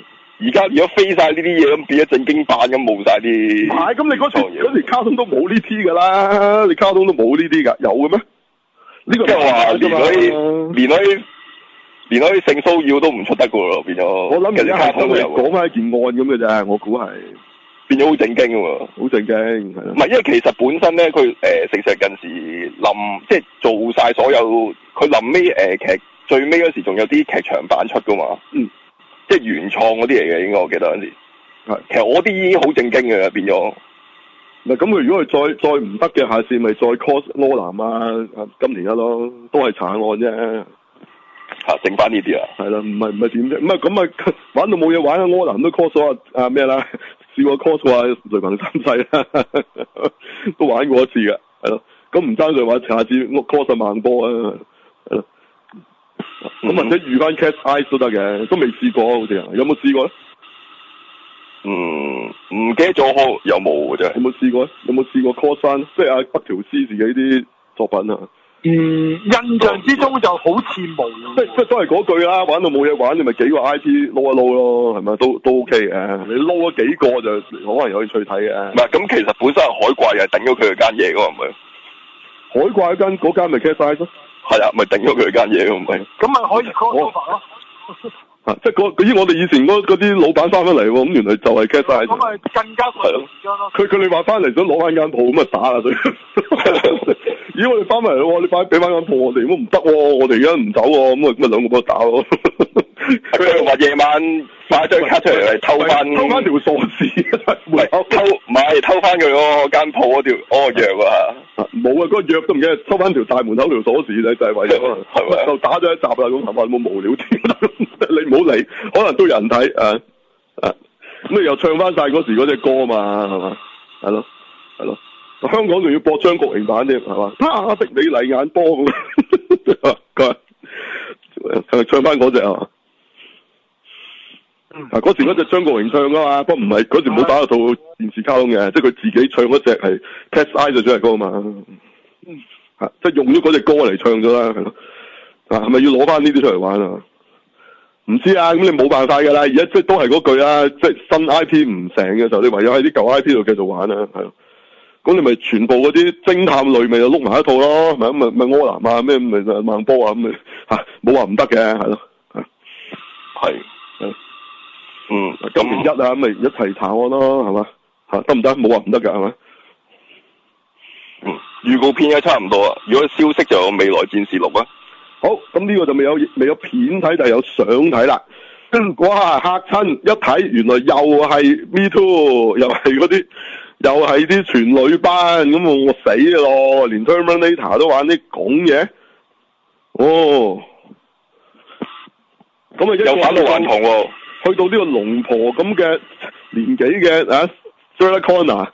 [SPEAKER 3] 而家如果飛晒呢啲嘢咁變咗正經版咁冇晒啲
[SPEAKER 1] 唔，係咁，你嗰時
[SPEAKER 3] 創意
[SPEAKER 1] 嗰時卡通都冇呢啲㗎啦，你卡通都冇呢啲㗎，有嘅咩？呢個
[SPEAKER 3] 即係話連嗰啲
[SPEAKER 1] 嘛。
[SPEAKER 3] 連嗰啲連嗰啲性騷擾都唔出得噶咯，變咗。
[SPEAKER 1] 我諗而家
[SPEAKER 3] 卡
[SPEAKER 1] 係真
[SPEAKER 3] 通都
[SPEAKER 1] 係
[SPEAKER 3] 有喎，
[SPEAKER 1] 講翻一件案咁嘅啫，我估係
[SPEAKER 3] 變咗好正經噶喎。
[SPEAKER 1] 好正經係
[SPEAKER 3] 唔
[SPEAKER 1] 啦。
[SPEAKER 3] 係，因為其實本身咧，佢誒成石近時臨即係做晒所有，佢臨尾誒劇最尾嗰時仲有啲劇場版出噶嘛，
[SPEAKER 1] 嗯，
[SPEAKER 3] 即係原創嗰啲嚟嘅，應該我記得嗰陣時。
[SPEAKER 1] 係
[SPEAKER 3] 其實我啲已經好正經嘅啦，變咗。
[SPEAKER 1] 嗱，咁佢如果佢再再唔得嘅，下次咪再 cos 柯南啊，啊金田一咯，都係查案啫，
[SPEAKER 3] 嚇剩翻呢啲啊，
[SPEAKER 1] 係啦，唔係唔係點啫？唔係咁啊， 玩到冇嘢玩啊，柯南都 cos 咗啊啊咩啦， 試過 cos 過啊雷朋三世啦， 都玩過一次嘅，係咯。咁唔爭在玩，下次 cos 啊孟波啊，係咯。咁或者遇翻 cat eyes 都得嘅，都未試過好似啊，有冇試過咧？
[SPEAKER 3] 嗯，唔記得咗有冇嘅啫
[SPEAKER 1] 有。冇試過咧？有冇試過 cos 翻？即係阿北條司自己啲作品啊？
[SPEAKER 2] 嗯，印象之中就好似冇，
[SPEAKER 1] 即即都係嗰句啦，玩到冇嘢玩，你咪幾個 I P 撈一撈咯，係咪都都 OK 嘅？你撈咗幾個就可能有趣睇嘅
[SPEAKER 3] 唔。係，咁其實本身係海怪又係頂咗佢嗰間嘢噶嘛，唔係？
[SPEAKER 1] 海怪嗰間嗰間咪 cat size 咯，
[SPEAKER 3] 係啊，咪頂咗佢嗰間嘢㗎唔係？
[SPEAKER 2] 咁咪可以 crossover 咯，
[SPEAKER 1] 啊即係嗰嗰啲我哋以前嗰嗰啲老闆翻返嚟喎，咁原來就係 cat
[SPEAKER 2] 咁
[SPEAKER 1] size。
[SPEAKER 2] 咪更加順理成章咯。
[SPEAKER 1] 佢佢哋話翻嚟想攞翻間鋪，咁啊打啦佢。 咦！我哋翻嚟喎，你快俾翻間鋪我哋，咁唔得喎，我哋而家唔走喎，咁啊咁啊兩個幫我打咯。
[SPEAKER 3] 佢又話夜晚買張卡出嚟嚟偷翻，
[SPEAKER 1] 偷翻條鎖匙，
[SPEAKER 3] 唔係偷，唔係偷翻佢嗰間鋪嗰條嗰個藥啊！
[SPEAKER 1] 啊冇啊！嗰、個藥都唔記得收翻條大門口條鎖匙咧，就係、為咗可能
[SPEAKER 3] 係咪啊
[SPEAKER 1] 就打咗一集啦。咁頭髮冇無聊啲，你唔好理，可能都有人睇啊啊！咁你又唱翻晒嗰時嗰只歌嘛，係嘛？係咯，係咯。啊香港仲要播張國榮版添，係嘛？他 的美麗眼波咁，佢話係咪唱翻嗰只啊？
[SPEAKER 2] 嗯
[SPEAKER 1] 啊！嗰時嗰只張國榮唱噶嘛，不過唔係嗰時冇打到套電視卡通嘅，即係佢自己唱嗰只係 Cat's Eye 就主題歌啊嘛。
[SPEAKER 2] 嗯
[SPEAKER 1] 嚇即係用咗嗰只歌嚟唱咗啦，係咯。啊，係咪要攞翻呢啲出嚟玩啊？唔知啊，咁你冇辦法㗎啦。而家即係都係嗰句啦，即係新 I P 唔成嘅時候，你唯有喺啲舊 I P 度繼續玩啦，係咯。咁你咪全部嗰啲偵探類咪就碌埋一套咯，咪咪咪柯南啊，咩咪就孟波啊咁咪嚇，冇話唔得嘅，係咯。啊嚇
[SPEAKER 3] 係，嗯，
[SPEAKER 1] 九年一
[SPEAKER 3] 咁
[SPEAKER 1] 啊，咁咪一齊查案咯，係嘛？嚇得唔得？冇話啊唔得㗎，係咪？
[SPEAKER 3] 嗯預告片而家差唔多啊。如果消息就有未來戰士六啊，
[SPEAKER 1] 好，咁呢個就未有未有片睇，但係有相睇啦。哇！嚇親一睇，原來又係 Me Too，又 係嗰啲，又係啲全女班，咁我我死咯！連 Terminator 都玩啲咁嘢，哦！咁啊，一個
[SPEAKER 3] 有反老還童喎，
[SPEAKER 1] 去到呢個龍婆咁嘅年紀嘅啊 s e r a Connor，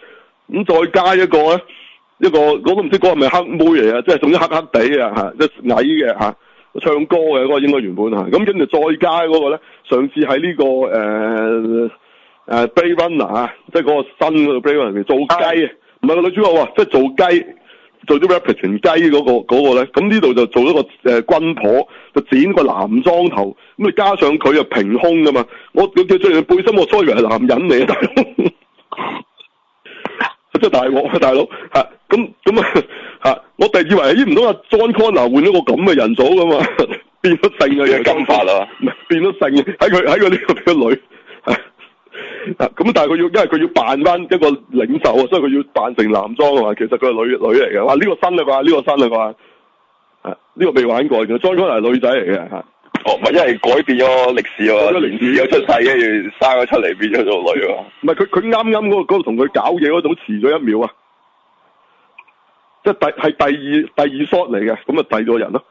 [SPEAKER 1] 咁再加一個咧，一個我都唔知嗰個係咪黑妹嚟啊，即係總之黑黑地啊嚇，即係矮嘅嚇，唱歌嘅嗰、個應該原本嚇，咁跟住再加嗰個咧，上次喺呢、個誒誒、呃 b r a y Runner 啊，即係嗰個新嗰個 b r a y Runner 做雞啊，唔係個女主角喎，即係做雞做啲 rapid 全雞嗰、個嗰、個咧，咁呢度就做咗個誒、呃、軍婆，就剪個男裝頭，咁你啊加上佢又平胸噶嘛，我佢佢着住背心，我初以為係男人嚟啊，大佬， 真係大鑊啊，大佬嚇，咁咁啊嚇，我第以為咦唔通阿 John Connor 換咗個咁嘅人組噶嘛， 變咗性啊，
[SPEAKER 3] 佢金髮啊，
[SPEAKER 1] 唔係變咗性喺佢 喺佢呢個變咗女。啊，咁但係佢要，因為佢要扮翻一個領袖啊，所以佢要扮成男裝啊嘛。其實佢係女女嚟嘅。哇，呢、個新啦啩，呢、個新啦啊啩。啊，呢、個未玩過嘅，John Connor 係女仔嚟嘅啊嚇。
[SPEAKER 3] 哦，唔係，因為改變咗歷史
[SPEAKER 1] 改
[SPEAKER 3] 喎，
[SPEAKER 1] 咗歷
[SPEAKER 3] 年
[SPEAKER 1] 史
[SPEAKER 3] 史有出世，跟住生咗出嚟變咗做女喎。
[SPEAKER 1] 唔係佢佢啱啱嗰個嗰個同佢搞嘢嗰種遲咗一秒啊，即係第係第二第二 shot 嚟嘅，咁啊第二個人咯，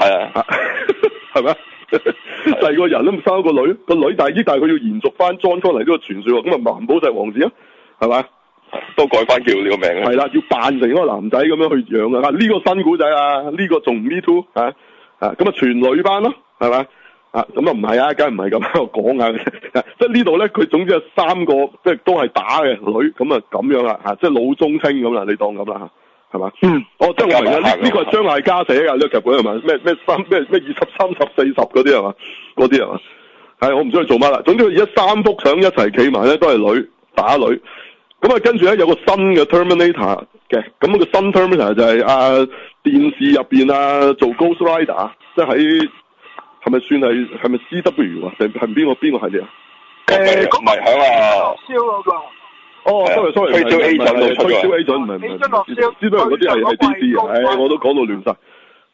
[SPEAKER 3] 係啊，
[SPEAKER 1] 啊 係 咪啊？第二個人都唔生個女，個女但係依但係佢要延續翻 John Connor 呢個傳説喎，咁啊盲寶石王子啊，係咪啊？
[SPEAKER 3] 都改翻叫你個名啊
[SPEAKER 1] 係啦，要扮成一個男仔咁樣去養啊！啊，呢、個新古仔啊，呢、個仲唔 Me Too 啊啊，咁啊全女班咯，係咪啊？咁啊唔係啊，梗係唔係咁， 我講下嘅啫。 即係呢度咧，佢總之有三個，即係都係打嘅女，咁啊咁樣啦嚇，即係老中青咁啦，你當咁啦嚇，係嘛？嗯，哦，即係我明啦，呢呢個係張艾嘉寫㗎，呢個劇本係咪？咩咩三咩咩二十三十四十嗰啲係嘛？嗰啲係嘛？係我唔知佢做乜啦。總之佢而家三幅相一齊企埋咧，都係女打女。咁啊，跟住咧有個新嘅 Terminator 嘅，咁、個新 Terminator 就係、啊電視入邊啊做 Ghost Rider，即係喺係咪算係係咪 CW 啊？定係邊個邊個系列啊？
[SPEAKER 2] 誒，
[SPEAKER 3] 哦唔係響啊，
[SPEAKER 2] 燒嗰個，
[SPEAKER 1] 哦
[SPEAKER 3] 係啊
[SPEAKER 1] ，sorry sorry，
[SPEAKER 3] 推銷 agent
[SPEAKER 1] 唔係
[SPEAKER 3] 度出
[SPEAKER 1] 推
[SPEAKER 3] 嘅
[SPEAKER 1] 銷 agent 唔係唔
[SPEAKER 2] 推
[SPEAKER 1] 係
[SPEAKER 2] 銷落銷
[SPEAKER 1] CW 嗰啲係係
[SPEAKER 2] 推銷
[SPEAKER 1] DC 嘅，
[SPEAKER 2] 嗰個
[SPEAKER 1] 唉，我都講到亂晒。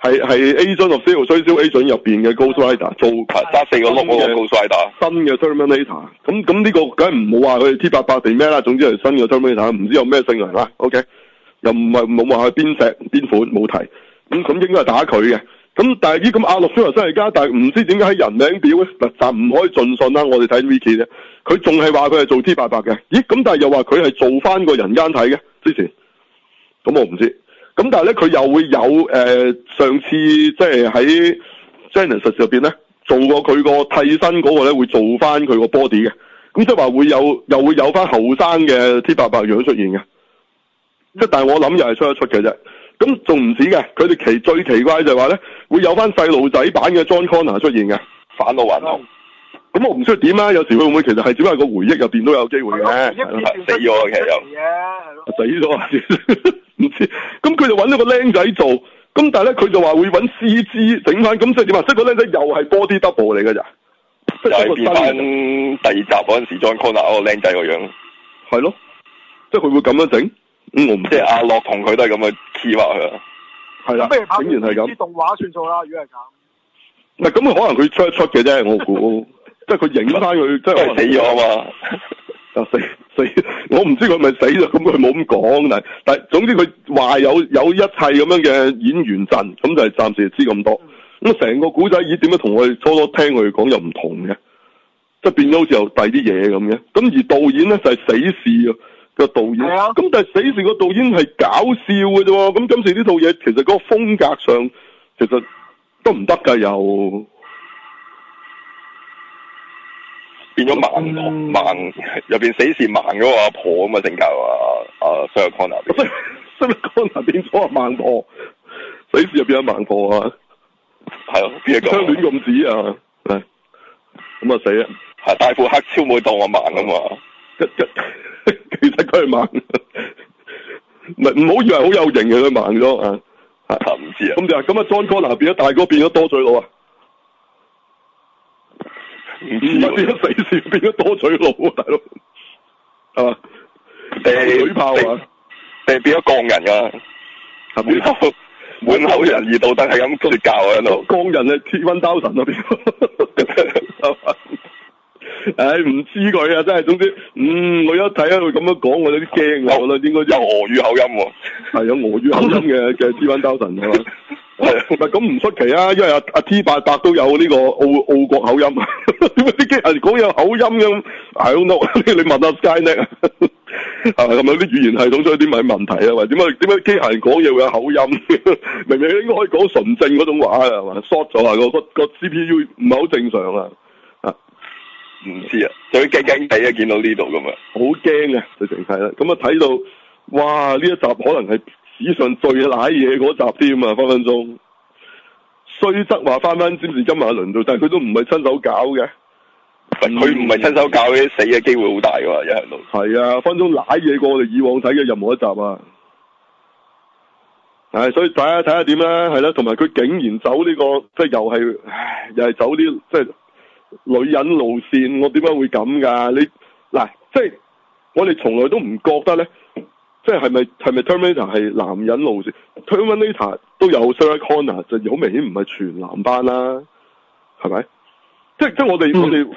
[SPEAKER 1] 係係 agent of sale 推銷 agent 入邊嘅 Ghost Rider 做
[SPEAKER 3] 揸四個
[SPEAKER 1] 啊
[SPEAKER 3] 碌嗰個高帥打，
[SPEAKER 1] 新嘅 Terminator，咁咁呢個梗係唔好話佢哋 T 八八定咩啦，總之係新嘅 Terminator，唔知有咩性能啦，OK，又唔係冇話係邊隻邊款冇提，咁咁應該係打佢嘅，咁但係咦咁阿諾舒華辛力加，但係唔知點解喺人名表咧，嗱暫唔可以盡信啦，我哋睇 Wiki 啫，佢仲係話佢係做 T 八八嘅，咦咁但係又話佢係做翻個人間體嘅之前，咁我唔知，咁但係咧佢又會有誒、呃上次即係喺。Genesis 入邊咧做過佢個替身嗰個咧，會做翻佢個 body 嘅，咁即係話會有又會有翻後生嘅 T 八八樣出現嘅，即係但係我諗又係出一出嘅啫。咁仲唔止嘅，佢哋奇最奇怪就係話咧，會有翻細路仔版嘅 John Connor 出現嘅。
[SPEAKER 3] 反老還童，
[SPEAKER 1] 咁我唔知佢點啦，啊有時會唔會其實係只不過個回憶入邊都有機會嘅。係啦
[SPEAKER 3] 死咗啊其實又
[SPEAKER 2] 嘅，係咯。
[SPEAKER 1] 死咗啊！唔知，咁佢就揾咗個僆仔做，咁但係咧佢就話會揾 C G 整翻，咁即係點啊？即係個僆仔又係 body double 嚟㗎咋，即
[SPEAKER 3] 就
[SPEAKER 1] 係一
[SPEAKER 3] 係
[SPEAKER 1] 個
[SPEAKER 3] 變
[SPEAKER 1] 新啊
[SPEAKER 3] 翻
[SPEAKER 1] 人
[SPEAKER 3] 第二集嗰陣時 John Connor 嗰個僆仔個樣，
[SPEAKER 1] 係咯，即係佢會咁樣整，嗯我唔
[SPEAKER 3] 即
[SPEAKER 1] 知
[SPEAKER 3] 係，阿樂同佢都係咁嘅 key 畫佢啊。
[SPEAKER 1] 係啦，
[SPEAKER 2] 不如拍
[SPEAKER 1] 竟然係咁
[SPEAKER 2] 啲，動畫算數啦，如果係咁。
[SPEAKER 1] 唔係咁佢可能佢出一出嘅啫，我估，即係佢影翻佢，即
[SPEAKER 3] 因
[SPEAKER 1] 係可
[SPEAKER 3] 為
[SPEAKER 1] 能
[SPEAKER 3] 死咗啊嘛，
[SPEAKER 1] 啊死死！我唔知佢係咪死咗，咁佢冇咁講，但係但係總之佢話有有一切咁樣嘅演員陣，咁就係暫時知咁多。
[SPEAKER 2] 嗯
[SPEAKER 1] 咁啊成個古仔咦點解同我哋初初聽佢哋講又唔同嘅，即係變咗好似有第啲嘢咁嘅。咁而導演咧就係、死侍啊個導演，
[SPEAKER 2] 係啊
[SPEAKER 1] 咁但係死侍個導演係搞笑嘅啫喎。咁今次呢套嘢其實嗰個風格上其實都唔得㗎又。
[SPEAKER 3] 變咗盲
[SPEAKER 1] 嗯
[SPEAKER 3] 盲入邊死侍盲嗰個阿婆咁嘅性格啊，阿 Sir Connor
[SPEAKER 1] 即係 Silicon 變咗阿孟婆，死侍又變咗孟婆啊！
[SPEAKER 3] 係咯，邊一個
[SPEAKER 1] 相戀咁止啊，係咁啊死 啦！
[SPEAKER 3] 係大副黑超妹當我盲啊嘛，
[SPEAKER 1] 一一其實佢係盲，唔係唔好以為好有型嘅佢盲咗啊！
[SPEAKER 3] 啊唔知啊，
[SPEAKER 1] 咁就係咁啊，John Connor 變咗大哥，變咗多嘴佬啊！
[SPEAKER 3] 唔
[SPEAKER 1] 唔係變
[SPEAKER 3] 知
[SPEAKER 1] 咗死侍，變咗多嘴佬啊，大佬係嘛？
[SPEAKER 3] 誒
[SPEAKER 1] 嘴炮啊，
[SPEAKER 3] 定變咗鋼人啊 㗎，
[SPEAKER 1] 係咪
[SPEAKER 3] 滿？口滿口仁義道德係咁説教啊喺度，
[SPEAKER 1] 鋼人係鐵温刀神啊，變咗係嘛 唉，唔知佢啊，真係。總之，嗯，我一睇啊，佢咁樣講，我有啲驚啊，我覺得應該
[SPEAKER 3] 有俄語口音喎，
[SPEAKER 1] 係啊有俄語口音嘅嘅 T One Thousand 係嘛？唔係咁唔出奇啊，因為阿阿 T 八八都有呢個澳澳國口音，點解啲機械人講有口音咁？I don't know，你 問下 Skynet 啊係咪咁有啲語言系統出咗啲咪問題啊？或者點解點解機械人講嘢會有口音？ 明明應該可以講純正嗰種話啊，係嘛？short 咗啊，個個個 CPU 唔係好正常啊，啊！
[SPEAKER 3] 唔知啊，最驚驚地啊見到呢度咁啊，
[SPEAKER 1] 好驚啊！直情係啦，咁啊睇到哇呢一集可能係史上最瀨嘢嗰集添啊，分分鐘。雖則話翻翻詹士金馬輪度，但係佢都唔係親手搞嘅。
[SPEAKER 3] 佢唔係親手搞嘅，死嘅機會好大㗎喎，一向都。
[SPEAKER 1] 係啊，分分鐘瀨嘢過我哋以往睇嘅任何一集啊。係，所以大家睇下點啦，係啦，同埋佢竟然走呢、個，即係又係，唉又係走啲即係女人路線，我點解會咁㗎？你嗱，即係我哋從來都唔覺得咧，即係係咪係咪 Terminator 係男人路線？Terminator 都有 Sarah Connor，就好明顯唔係全男班啦，係咪？即係即係我哋、
[SPEAKER 2] 嗯
[SPEAKER 1] 我哋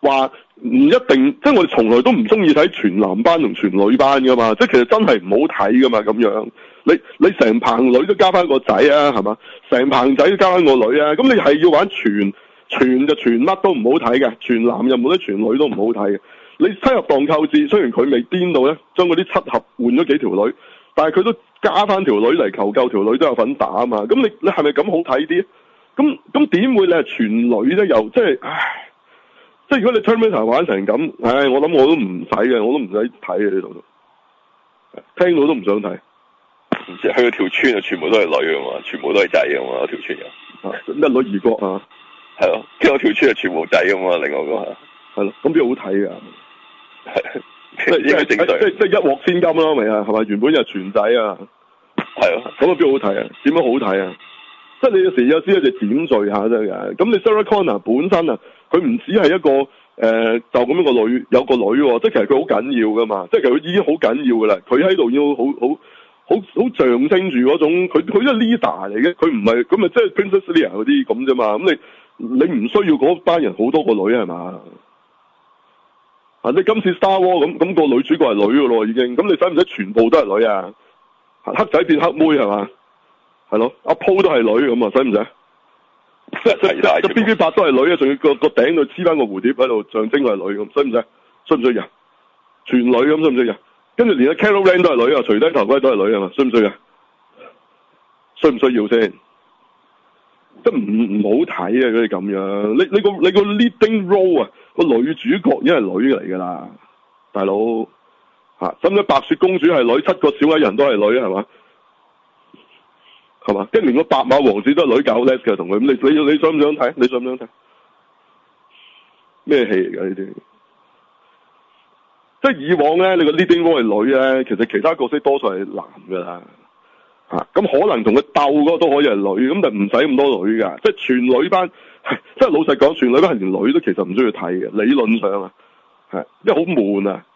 [SPEAKER 1] 話唔一定，即係我哋從來都唔中意睇全男班同全女班㗎嘛，即係其實真係唔好睇㗎嘛咁樣。你你成棚女都加翻個仔啊，係嘛？成棚仔都加翻個女啊，咁你係要玩全全就全乜都唔好睇嘅，全男又冇得，全女都唔好睇嘅。你七合當購置，雖然佢未癲到咧，將嗰啲七合換咗幾條女，但係佢都加翻條女嚟求救，條女都有份打啊嘛。咁你你係咪咁好睇啲？咁咁點會你係全女咧？又即係唉，即係如果你 Terminator 玩成咁，唉，我諗我都唔使嘅，我都唔使睇嘅呢度，聽到都唔想睇。
[SPEAKER 3] 唔知去到條村就全部都係女㗎嘛，全部都係仔㗎嘛，條村又
[SPEAKER 1] 啊，一女二國啊，
[SPEAKER 3] 係咯，跟住我條村就全部仔㗎嘛，另外嗰下
[SPEAKER 1] 係咯，咁邊好睇㗎？即係
[SPEAKER 3] 係應該正常
[SPEAKER 1] 即係即係一鑊千金咯，咪啊，係咪？原本又全仔啊，
[SPEAKER 3] 係咯，
[SPEAKER 1] 咁啊邊好睇啊？點樣好睇啊？即係你有時有時咧就點綴下啫㗎。咁你 Sarah Connor 本身啊，佢唔止係一個誒、呃就咁樣個女有個女喎，即係其實佢好緊要㗎嘛，即係其實佢已經好緊要㗎啦。佢喺度要好好好好象徵住嗰種，佢佢都係 leader 嚟嘅，佢唔係咁啊咪即係 Princess Leia 嗰啲咁啫嘛。咁你你唔需要嗰班人好多個女係嘛？啊！你今次 Star War 咁咁、個女主角係女㗎咯，已經咁你使唔使全部都係女啊？黑仔變黑妹係嘛？係咯，阿 Po 都係女咁啊，使唔使？
[SPEAKER 3] 即係齊晒
[SPEAKER 1] 即
[SPEAKER 3] 全
[SPEAKER 1] B B
[SPEAKER 3] 部。
[SPEAKER 1] 八都係女啊，仲要個個頂度黐翻個蝴蝶喺度，象徵佢係女咁，需唔需？需唔需要？全女咁需唔需要？跟住連阿 Carol Ran 都係女啊，除低頭盔都係女啊嘛，需唔需要？需唔需要先？即係唔唔好睇啊！佢哋咁樣，你你個你個 leading role 啊，個女主角已經係女嚟㗎啦，大佬嚇，使唔使白雪公主係女，七個小矮人都係女啊係嘛？係嘛？跟住連個白馬王子都係女搞 les 嘅，同佢咁你你你想唔想睇？你想唔想睇？咩戲嚟㗎呢啲？即係以往咧，你個 leading role 係女咧，其實其他角色多數係男㗎啦。嚇、咁可能同佢鬥嗰個都可以係女，咁但唔使咁多女㗎。即係全女班， 即係老實講，全女班係連女都其實唔需要睇嘅，理論上啊，係因為好悶啊。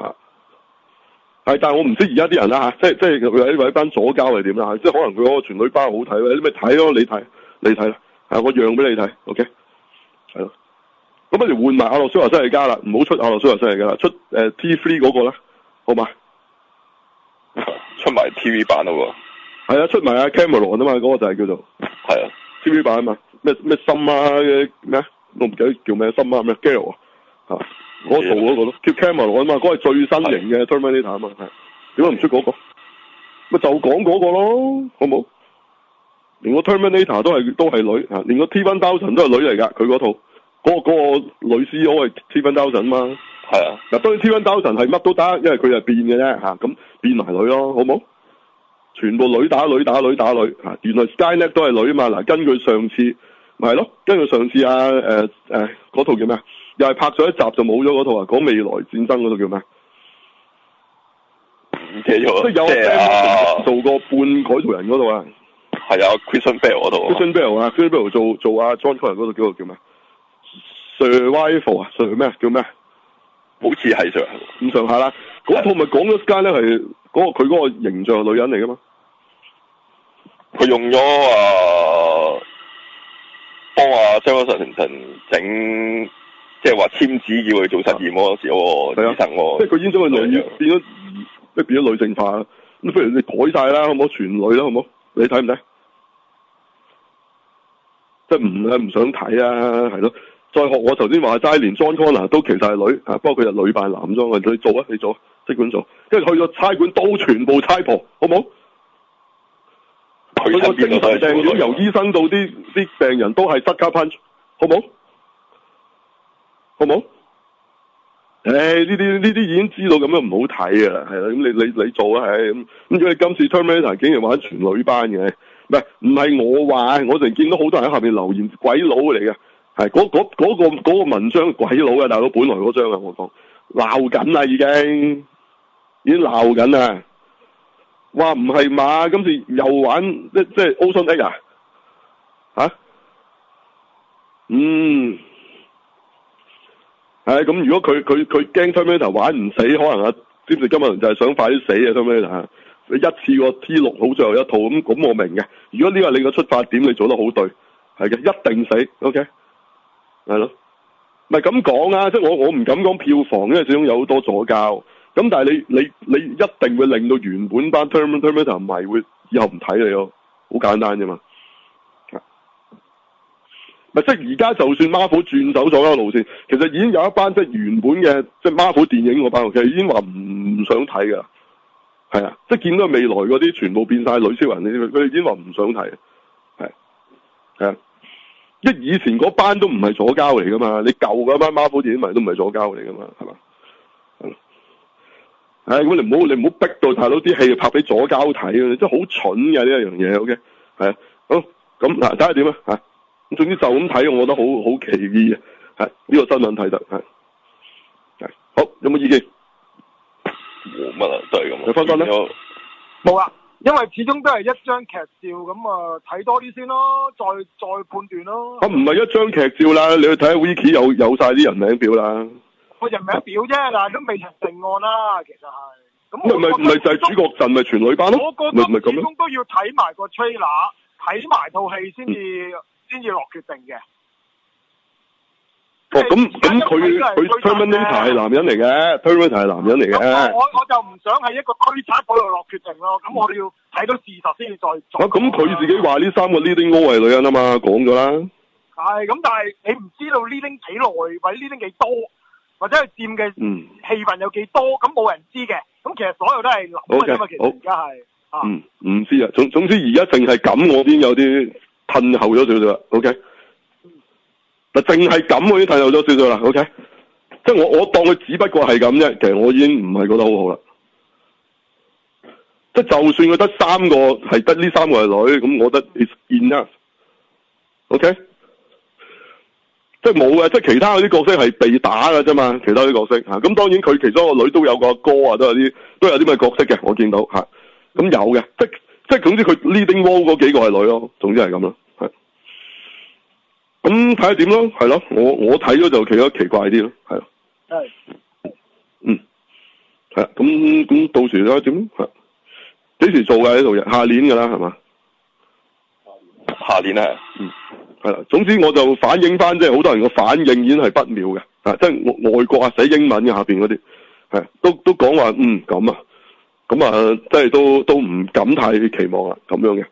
[SPEAKER 1] 嚇係，但係我唔知而家啲人啦嚇，即係即係佢喺班左交係點啦嚇，即係可能佢嗰個全女班好睇喂你咪睇咯，你睇你睇啦，係我讓俾你睇，OK，係咯。咁不如換埋阿諾舒華西利加啦，唔好出阿諾舒華西利加啦，出誒 T three 嗰個啦，好嘛？
[SPEAKER 3] 出埋 TV 版嗰個，
[SPEAKER 1] 係啊，出埋阿 Cameron 啊嘛，嗰、個就係叫做
[SPEAKER 3] 係啊，
[SPEAKER 1] TV 版啊嘛，咩咩心啊嘅咩啊，我唔記得叫咩心啊咩 Gale 啊，嚇，嗰個做嗰個咯，叫 Cameron 啊嘛，嗰、個係最新型嘅 Terminator 啊嘛，係點解唔出嗰、個？咪就講嗰個咯，好冇？連個 Terminator 都係都係女嚇，連個 T One Thousand 都係女嚟㗎，佢嗰套嗰、個嗰個女 CEO 係 T One Thousand 嘛。
[SPEAKER 3] 係啊，
[SPEAKER 1] 嗱，當然 T One Thousand 係乜都得，因為佢係變嘅啫嚇，咁、變埋女咯，好冇？全部女打女打女打女嚇、原來 Skynet 都係女啊嘛！嗱，根據上次咪係咯，根據上次啊誒誒嗰套叫咩啊？又係拍咗一集就冇咗嗰套啊，講未來戰爭嗰套叫咩啊？
[SPEAKER 3] 唔記得
[SPEAKER 1] 哦即
[SPEAKER 3] 咗，
[SPEAKER 1] 係有
[SPEAKER 3] 即係啊
[SPEAKER 1] 啊，做過半改造人嗰套啊
[SPEAKER 3] 係啊，Christian Bale 嗰度啊
[SPEAKER 1] ，Christian Bale 啊，Christian Bale 做做啊 John Connor 嗰套叫叫咩啊？Survival 啊，Sur 咩啊叫咩啊？
[SPEAKER 3] 好似係上，
[SPEAKER 1] 咁上下啦。嗰套咪講咗 Skynet 係嗰、個佢嗰個形象係女人嚟噶嘛？
[SPEAKER 3] 佢用咗啊，幫阿 Samuel Johnson 整，即係話簽紙要佢做實驗嗰時嗰個
[SPEAKER 1] 係啊
[SPEAKER 3] 醫生喎，
[SPEAKER 1] 即係佢已經將佢女
[SPEAKER 3] 哦係啊
[SPEAKER 1] 變咗，即係變咗女性化啦。咁不如你改晒啦，好唔好？全女啦，好唔好？你睇唔睇？即係唔唔想睇啊，係咯。再學我頭先話齋，連 John Connor 都其實係女啊，不過佢係女扮男裝嘅。你做啊，你做啊，即管做。跟住去咗差館都全部差婆，好唔好？佢
[SPEAKER 3] 佢
[SPEAKER 1] 個
[SPEAKER 3] 身邊
[SPEAKER 1] 精神病院由
[SPEAKER 3] 醫
[SPEAKER 1] 醫生到啲啲病人都係塞卡 punch，好冇？好冇？唉，呢啲呢啲已經知道咁樣唔好睇啊，係啦，咁你你你做啊，唉，咁咁如果你今次 Terminator 竟然玩全女班嘅，唔係唔係我話，我成日見到好多人喺下面留言鬼佬嚟嘅，係嗰嗰嗰個嗰個文章鬼佬嘅大佬，本來嗰張啊，我講鬧緊啊啦已經，已經鬧緊啦，哇唔係嘛，今次又玩即即係 Ocean Eight 啊，嚇、嗯。係咁，如果佢佢佢驚 Terminator 玩唔死，可能啊，詹士金日就係想快啲死啊 Terminator。你一次過 T 六好最後一套咁，咁我明嘅。如果呢個係你個出發點，你做得好對，係嘅，一定死。OK，係咯，咪咁講啊！即係我我唔敢講票房，因為始終有好多左膠。咁但係你你你一定會令到原本班 Term- Terminator 迷會以後唔睇你咯，好簡單啫嘛。咪即係而家就算 Marvel 轉走咗嗰個路線，其實已經有一班即係原本嘅即係 Marvel 電影嗰班，其實已經話唔唔想睇㗎啦。係啊，即係見到未來嗰啲全部變晒女超人，佢佢哋已經話唔想睇。係係啊，因為以前嗰班都唔係左膠嚟㗎嘛，你舊嗰班 Marvel 電影迷都唔係左膠嚟㗎嘛，係嘛？啊唉，咁你唔好你唔好逼到大佬啲戲拍俾左膠睇啊！你真係好蠢嘅呢一樣嘢，OK？係啊，好咁嗱，睇下點啊嚇。咁總之就咁睇，我覺得好好奇異啊！係呢個新聞睇得係係好，有冇意見？
[SPEAKER 3] 冇乜啊，都係咁啊。
[SPEAKER 1] 你分分呢
[SPEAKER 3] 變咗
[SPEAKER 2] 冇啦，因為始終都係一張劇照咁啊，睇多啲先咯，再再判斷咯
[SPEAKER 1] 啊，。唔係一張劇照啦，你去睇下 Wiki 有有晒啲人名表啦，
[SPEAKER 2] 個人名表啫，但係都未成定案啦，其實係。咁
[SPEAKER 1] 咪咪
[SPEAKER 2] 我覺得
[SPEAKER 1] 咪就係主角陣咪全女班
[SPEAKER 2] 我
[SPEAKER 1] 咯，
[SPEAKER 2] 覺
[SPEAKER 1] 咪
[SPEAKER 2] 得
[SPEAKER 1] 咪咁
[SPEAKER 2] 始
[SPEAKER 1] 咯，
[SPEAKER 2] 終都要睇埋個 trailer，睇埋套戲先至
[SPEAKER 1] 嗯
[SPEAKER 2] 先至落決定嘅。
[SPEAKER 1] 哦咁咁佢佢
[SPEAKER 2] 佢啊
[SPEAKER 1] Terminator 係男人嚟嘅，Terminator 係男人嚟嘅，
[SPEAKER 2] 咁
[SPEAKER 1] 啊
[SPEAKER 2] 我我就唔想喺一個推測嗰度落決定咯。咁我要睇到事實先至再做。
[SPEAKER 1] 啊咁佢自己話呢三個 leading o 係女人啊嘛，講咗啦，
[SPEAKER 2] 係咁，但係你唔知道呢拎幾耐，或者呢拎幾多，或者佢佔嘅
[SPEAKER 1] 嗯
[SPEAKER 2] 氣氛有幾多，咁冇人知嘅。咁其實所有都係諗嘅啫嘛。
[SPEAKER 1] OK，
[SPEAKER 2] 其
[SPEAKER 1] 好
[SPEAKER 2] 實而家係啊，
[SPEAKER 1] 嗯唔知啊，總總之而家淨係咁，我已經有啲褪後咗少少啦，OK。嗱，淨係咁我已經睇透咗少少啦，OK。即係我我當佢只不過係咁啫，其實我已經唔係覺得好好啦。即係就算佢得三個係得呢三個係女，咁我覺得 is enough，OK、即係冇啊嘅，即係其他嗰啲角色係被打嘅啫嘛，其他啲角色嚇。啊咁、當然佢其中一個女都有個阿哥啊，都有啲都有啲咁嘅角色嘅，我見到嚇。咁、有嘅，即即係總之佢 leading role 嗰幾個係女咯，總之係咁咯，係。咁睇下點咯，係咯，我我睇咗就奇咗奇怪啲咯，係咯，
[SPEAKER 2] 係
[SPEAKER 1] 嗯，係啊，咁咁到時睇下點咯，係幾時做㗎呢套嘢？下年㗎啦，係嘛？
[SPEAKER 3] 下年啊，
[SPEAKER 1] 嗯係啦，總之我就反映翻，即係好多人個反應已經係不妙嘅，啊，即係外外國啊寫英文嘅下邊嗰啲，係都都講話嗯咁啊，咁啊，即係都都唔敢太期望啦，咁樣嘅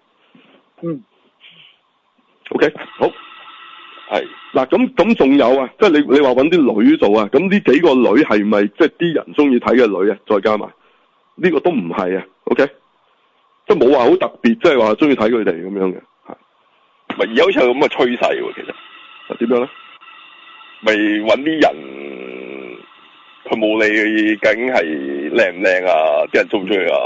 [SPEAKER 2] 嗯。
[SPEAKER 1] ，OK，好。
[SPEAKER 3] 係
[SPEAKER 1] 嗱，咁咁仲有啊，即係你你話揾啲女做啊，咁呢幾個女係咪即係啲人中意睇嘅女啊？再加埋呢、個都唔係啊，OK，即係冇話好特別，即係話中意睇佢哋咁樣嘅，啊係
[SPEAKER 3] 咪而家好似有咁嘅趨勢喎，其實
[SPEAKER 1] 啊點樣咧？
[SPEAKER 3] 咪揾啲嗯人，佢冇理究竟係靚唔靚啊，啲人中唔中意啊，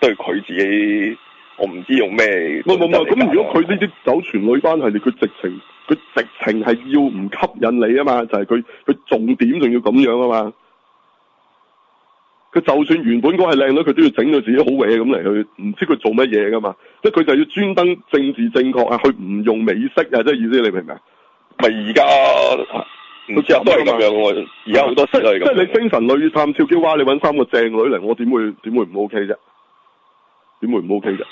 [SPEAKER 3] 都係佢自己，我唔知用咩準則
[SPEAKER 1] 冇
[SPEAKER 3] 嚟揀啊。
[SPEAKER 1] 冇冇，咁如果佢呢啲走全女班系列，佢直情佢直情係要唔吸引你啊嘛，就係佢佢重點仲要咁樣啊嘛。佢就算原本嗰個係靚女，佢都要整到自己好嘢咁嚟去，唔知佢做乜嘢噶嘛。即係佢就要專登政治正確啊，佢唔用美式啊，即係意思你明唔明啊？
[SPEAKER 3] 咪而家唔知啊，都係咁樣喎。而家好多
[SPEAKER 1] 即
[SPEAKER 3] 時都係咁樣。
[SPEAKER 1] 即係你星神女探俏嬌娃，你揾三個正女嚟，我點會點會唔 OK 啫？點會唔 OK 啫？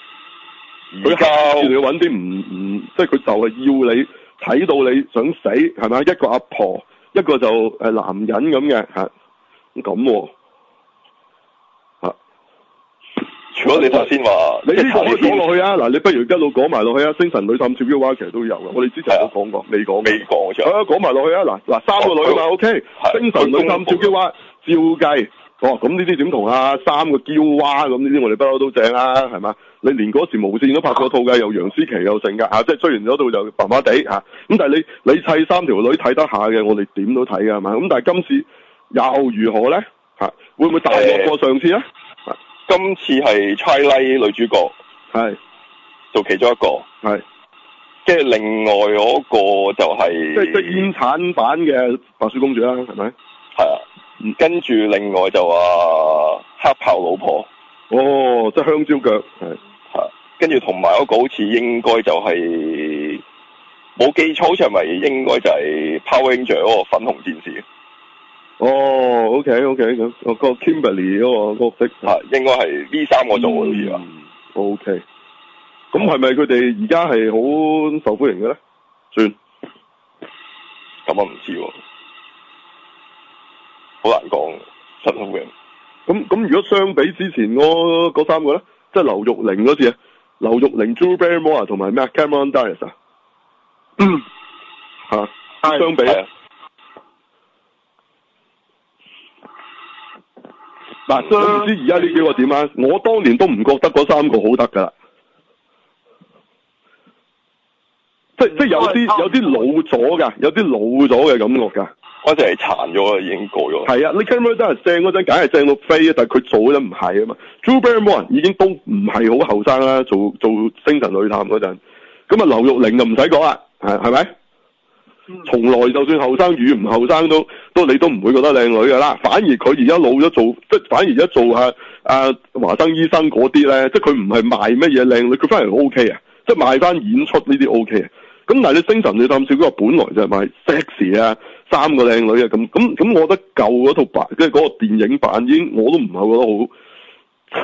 [SPEAKER 1] 佢
[SPEAKER 3] 而
[SPEAKER 1] 下次你
[SPEAKER 3] 家
[SPEAKER 1] 要揾啲唔唔，即係佢就係要你睇到你想死，係咪？一個阿婆，一個就誒男人咁嘅嚇，咁喎嚇。
[SPEAKER 3] 除咗你頭先話，
[SPEAKER 1] 你呢個可以講落
[SPEAKER 3] 去
[SPEAKER 1] 去啊！嗱，你不如一路講埋落去啊！星神女探照嘅話，其實都有嘅，我哋之前都講過，未講
[SPEAKER 3] 未講
[SPEAKER 1] 係
[SPEAKER 3] 咗，
[SPEAKER 1] 啊，講埋落去啊！嗱嗱，三個女嘛
[SPEAKER 3] 哦
[SPEAKER 1] ，OK，星神女探照嬌娃，照計，哦，咁呢啲點同啊？三個嬌娃咁呢啲，我哋不嬲都正啦，係嘛？你連嗰時無線都拍過套㗎，有楊思琪又剩㗎啊嚇，即係雖然嗰度就麻啊麻地嚇，咁但係你你砌三條女睇得下嘅，我哋點都睇㗎係嘛？咁但係今次又如何咧？嚇會唔會大鑊過上次啊咧？
[SPEAKER 3] 今次係 c h i l a 女主角
[SPEAKER 1] 係
[SPEAKER 3] 做其中一個，
[SPEAKER 1] 係，
[SPEAKER 3] 跟住另外嗰個就係、
[SPEAKER 1] 即係即係煙產版嘅白雪公主啦，啊係咪？
[SPEAKER 3] 係啊，跟住另外就話黑豹老婆，
[SPEAKER 1] 哦，即係香蕉腳，係
[SPEAKER 3] 係啊跟住同埋嗰個好似應該就係、冇記錯，好似係咪應該就係 Power Ranger 嗰個粉紅戰士？
[SPEAKER 1] 哦，OK OK 咁，哦個 Kimberly 嗰個角色
[SPEAKER 3] 啊，應該係呢三個做嘅好似話，
[SPEAKER 1] O K，咁係咪佢哋而家係好受歡迎嘅咧？算，
[SPEAKER 3] 咁我唔知喎，好難講，真係嘅。
[SPEAKER 1] 咁咁如果相比之前嗰嗰三個咧，即係劉玉玲嗰次啊，劉玉玲、Drew Barrymore 同埋咩啊 Cameron Diaz 啊，
[SPEAKER 2] 嗯，
[SPEAKER 1] 嚇
[SPEAKER 2] 係
[SPEAKER 1] 相比
[SPEAKER 3] 係啊
[SPEAKER 1] 嗱，我唔知嗯而家呢幾個點啊，我當年都唔覺得嗰三個好得㗎啦，即即係有啲有啲老咗㗎，有啲老咗嘅感覺㗎。
[SPEAKER 3] 嗰陣係殘咗啦，已經過咗啦。
[SPEAKER 1] 係啊，你 Cameron Diaz 正嗰陣，梗係正到飛啊！但係佢做嗰陣唔係啊嘛。Drew Barrymore 已經都唔係好後生啦，做做星辰女探嗰陣。咁啊，劉玉玲就唔使講啦，係係咪？
[SPEAKER 2] 嗯
[SPEAKER 1] 從來就算後生與唔後生都都你都唔會覺得靚女㗎啦。反而佢而家老咗做，即係反而而家做啊啊華生醫生嗰啲咧，即係佢唔係賣乜嘢靚女，佢反而 O K 啊，即係賣翻演出呢啲 O K 啊。咁但係你星辰女探小嗰個本來就係賣 sexy 啊，三個靚女啊咁咁咁，我覺得舊嗰套版即係嗰個電影版已經我都唔係覺得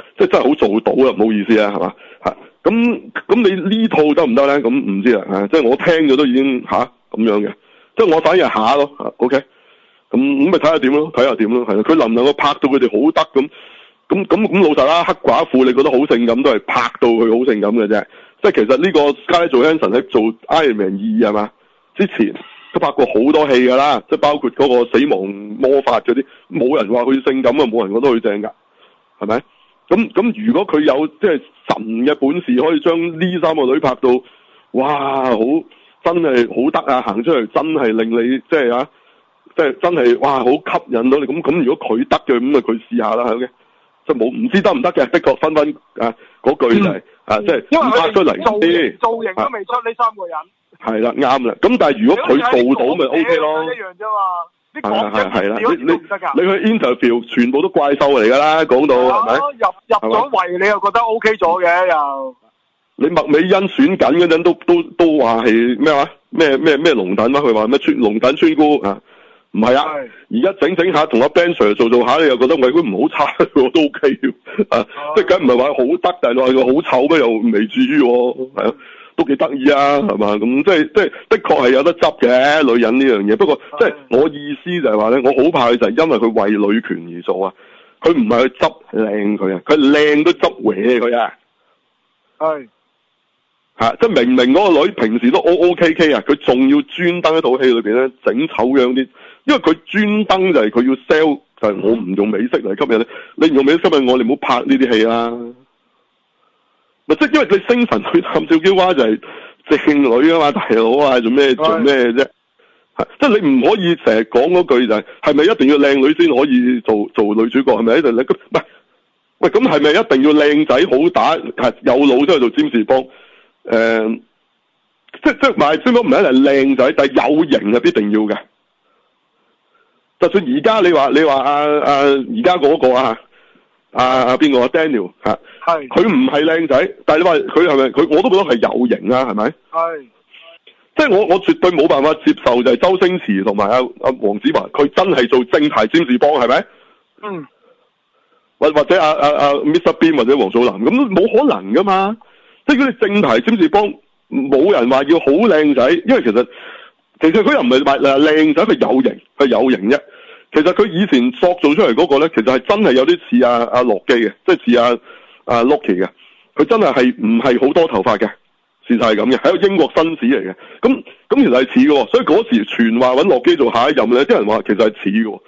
[SPEAKER 1] 好， 即係真係好做到啊！唔好意思啊，係嘛嚇咁咁你呢套得唔得咧？咁唔知啦嚇，即係我聽咗都已經吓咁、樣嘅，即係我反而係下咯嚇，OK。咁咁咪睇下點咯，睇下點咯，係咯。佢能唔能夠拍到佢哋好得咁？咁咁咁老實啦，黑寡婦你覺得好性感都係拍到佢好性感嘅啫。即係其實呢個 Scarlett Johansson 喺做 Iron Man 二係嘛之前都拍過好多戲㗎啦，即係包括嗰個死亡魔法嗰啲，冇人話佢性感啊，冇人覺得佢正㗎，係咪？咁咁如果佢有即係神嘅本事，可以將呢三個女拍到，哇！好真係好得啊，行出嚟真係令你即係啊！即係真係哇，好吸引到你咁咁。如果佢得嘅，咁咪佢試下啦，係咪？即係冇唔知得唔得嘅，的確分分啊嗰句就係、啊，即係
[SPEAKER 2] 嗯因為
[SPEAKER 1] 唔拍
[SPEAKER 2] 佢
[SPEAKER 1] 出嚟啊
[SPEAKER 2] 哋造
[SPEAKER 1] 啲
[SPEAKER 2] 型造型都未出呢三個人。
[SPEAKER 1] 係啦，啱啦。咁但係如果佢做到咪 O K 咯
[SPEAKER 2] 一。樣啫嘛，你
[SPEAKER 1] 係啦
[SPEAKER 2] 講
[SPEAKER 1] 係啦係啦，
[SPEAKER 2] 你
[SPEAKER 1] 你
[SPEAKER 2] 你唔得㗎。哦
[SPEAKER 1] 你你去 interview 全部都怪獸嚟㗎啦，講到係咪？
[SPEAKER 2] 入入咗圍，你又覺得 O K 咗嘅又。
[SPEAKER 1] 你麥美欣選緊嗰陣都都都話係咩話咩咩咩龍躉啊？佢話咩穿龍躉村姑啊？唔係啊，
[SPEAKER 2] 係
[SPEAKER 1] 而家整整下同阿 Ben Sir 做做下，你又覺得喂佢唔好差 喎，我都 OK 喎啊！
[SPEAKER 2] 哦
[SPEAKER 1] 即係梗唔係話好得，但係話佢好醜咩又未至於喎，係啊，都幾得意啊，係嘛？咁即係即係的確係有得執嘅女人呢樣嘢。不過即係我意思就係話咧，我好怕佢就係因為佢為女權而做啊，佢唔係去執靚佢啊，佢靚都執搲佢啊！
[SPEAKER 2] 係
[SPEAKER 1] 吓、啊即係明明嗰個女平時都 O O K K 啊，佢仲要專登喺套戲裏邊咧整醜樣啲，因為佢專登就係佢要 sell 就係我唔用美式嚟吸引你，你唔用美式吸引我，你唔好拍呢啲戲啦。咪即係因為你星神去探照嬌娃就係正女啊嘛，大佬啊，做咩做咩啫？係即係你唔可以成日講嗰句就係係咪一定要靚女先可以做做女主角？係咪一定靚？唔係喂，咁係咪一定要靚仔好打係有腦先去做占士邦？誒、即即賣專門唔係一定係靚仔，但係有型係必定要嘅。就算而家你話你話啊啊而家嗰個啊啊啊邊個啊 Daniel 嚇、
[SPEAKER 2] 係
[SPEAKER 1] 佢唔係靚仔，但係你話佢係咪佢我都覺得係有型啊，係咪？
[SPEAKER 2] 係
[SPEAKER 1] 即係我我絕對冇辦法接受就係周星馳同埋阿阿黃子華，佢真係做正牌占士邦係咪？
[SPEAKER 2] 嗯
[SPEAKER 1] 或或者阿啊阿阿 Mr Bean 或者黃祖藍咁冇可能噶嘛，即係如果你正牌占士邦冇人話要好靚仔，因為其實其實佢又唔係話嗱靚仔，佢有型，佢有型啫。其實佢以前塑造出嚟嗰個咧，其實係真係有啲似阿阿洛基嘅，即係似阿阿 Loki 嘅。佢真係係唔係好多頭髮嘅，事實係咁嘅，係一個英國紳士嚟嘅。咁咁其實係似嘅喎，所以嗰時傳話揾洛基做下一任咧，啲人話其實係似嘅喎，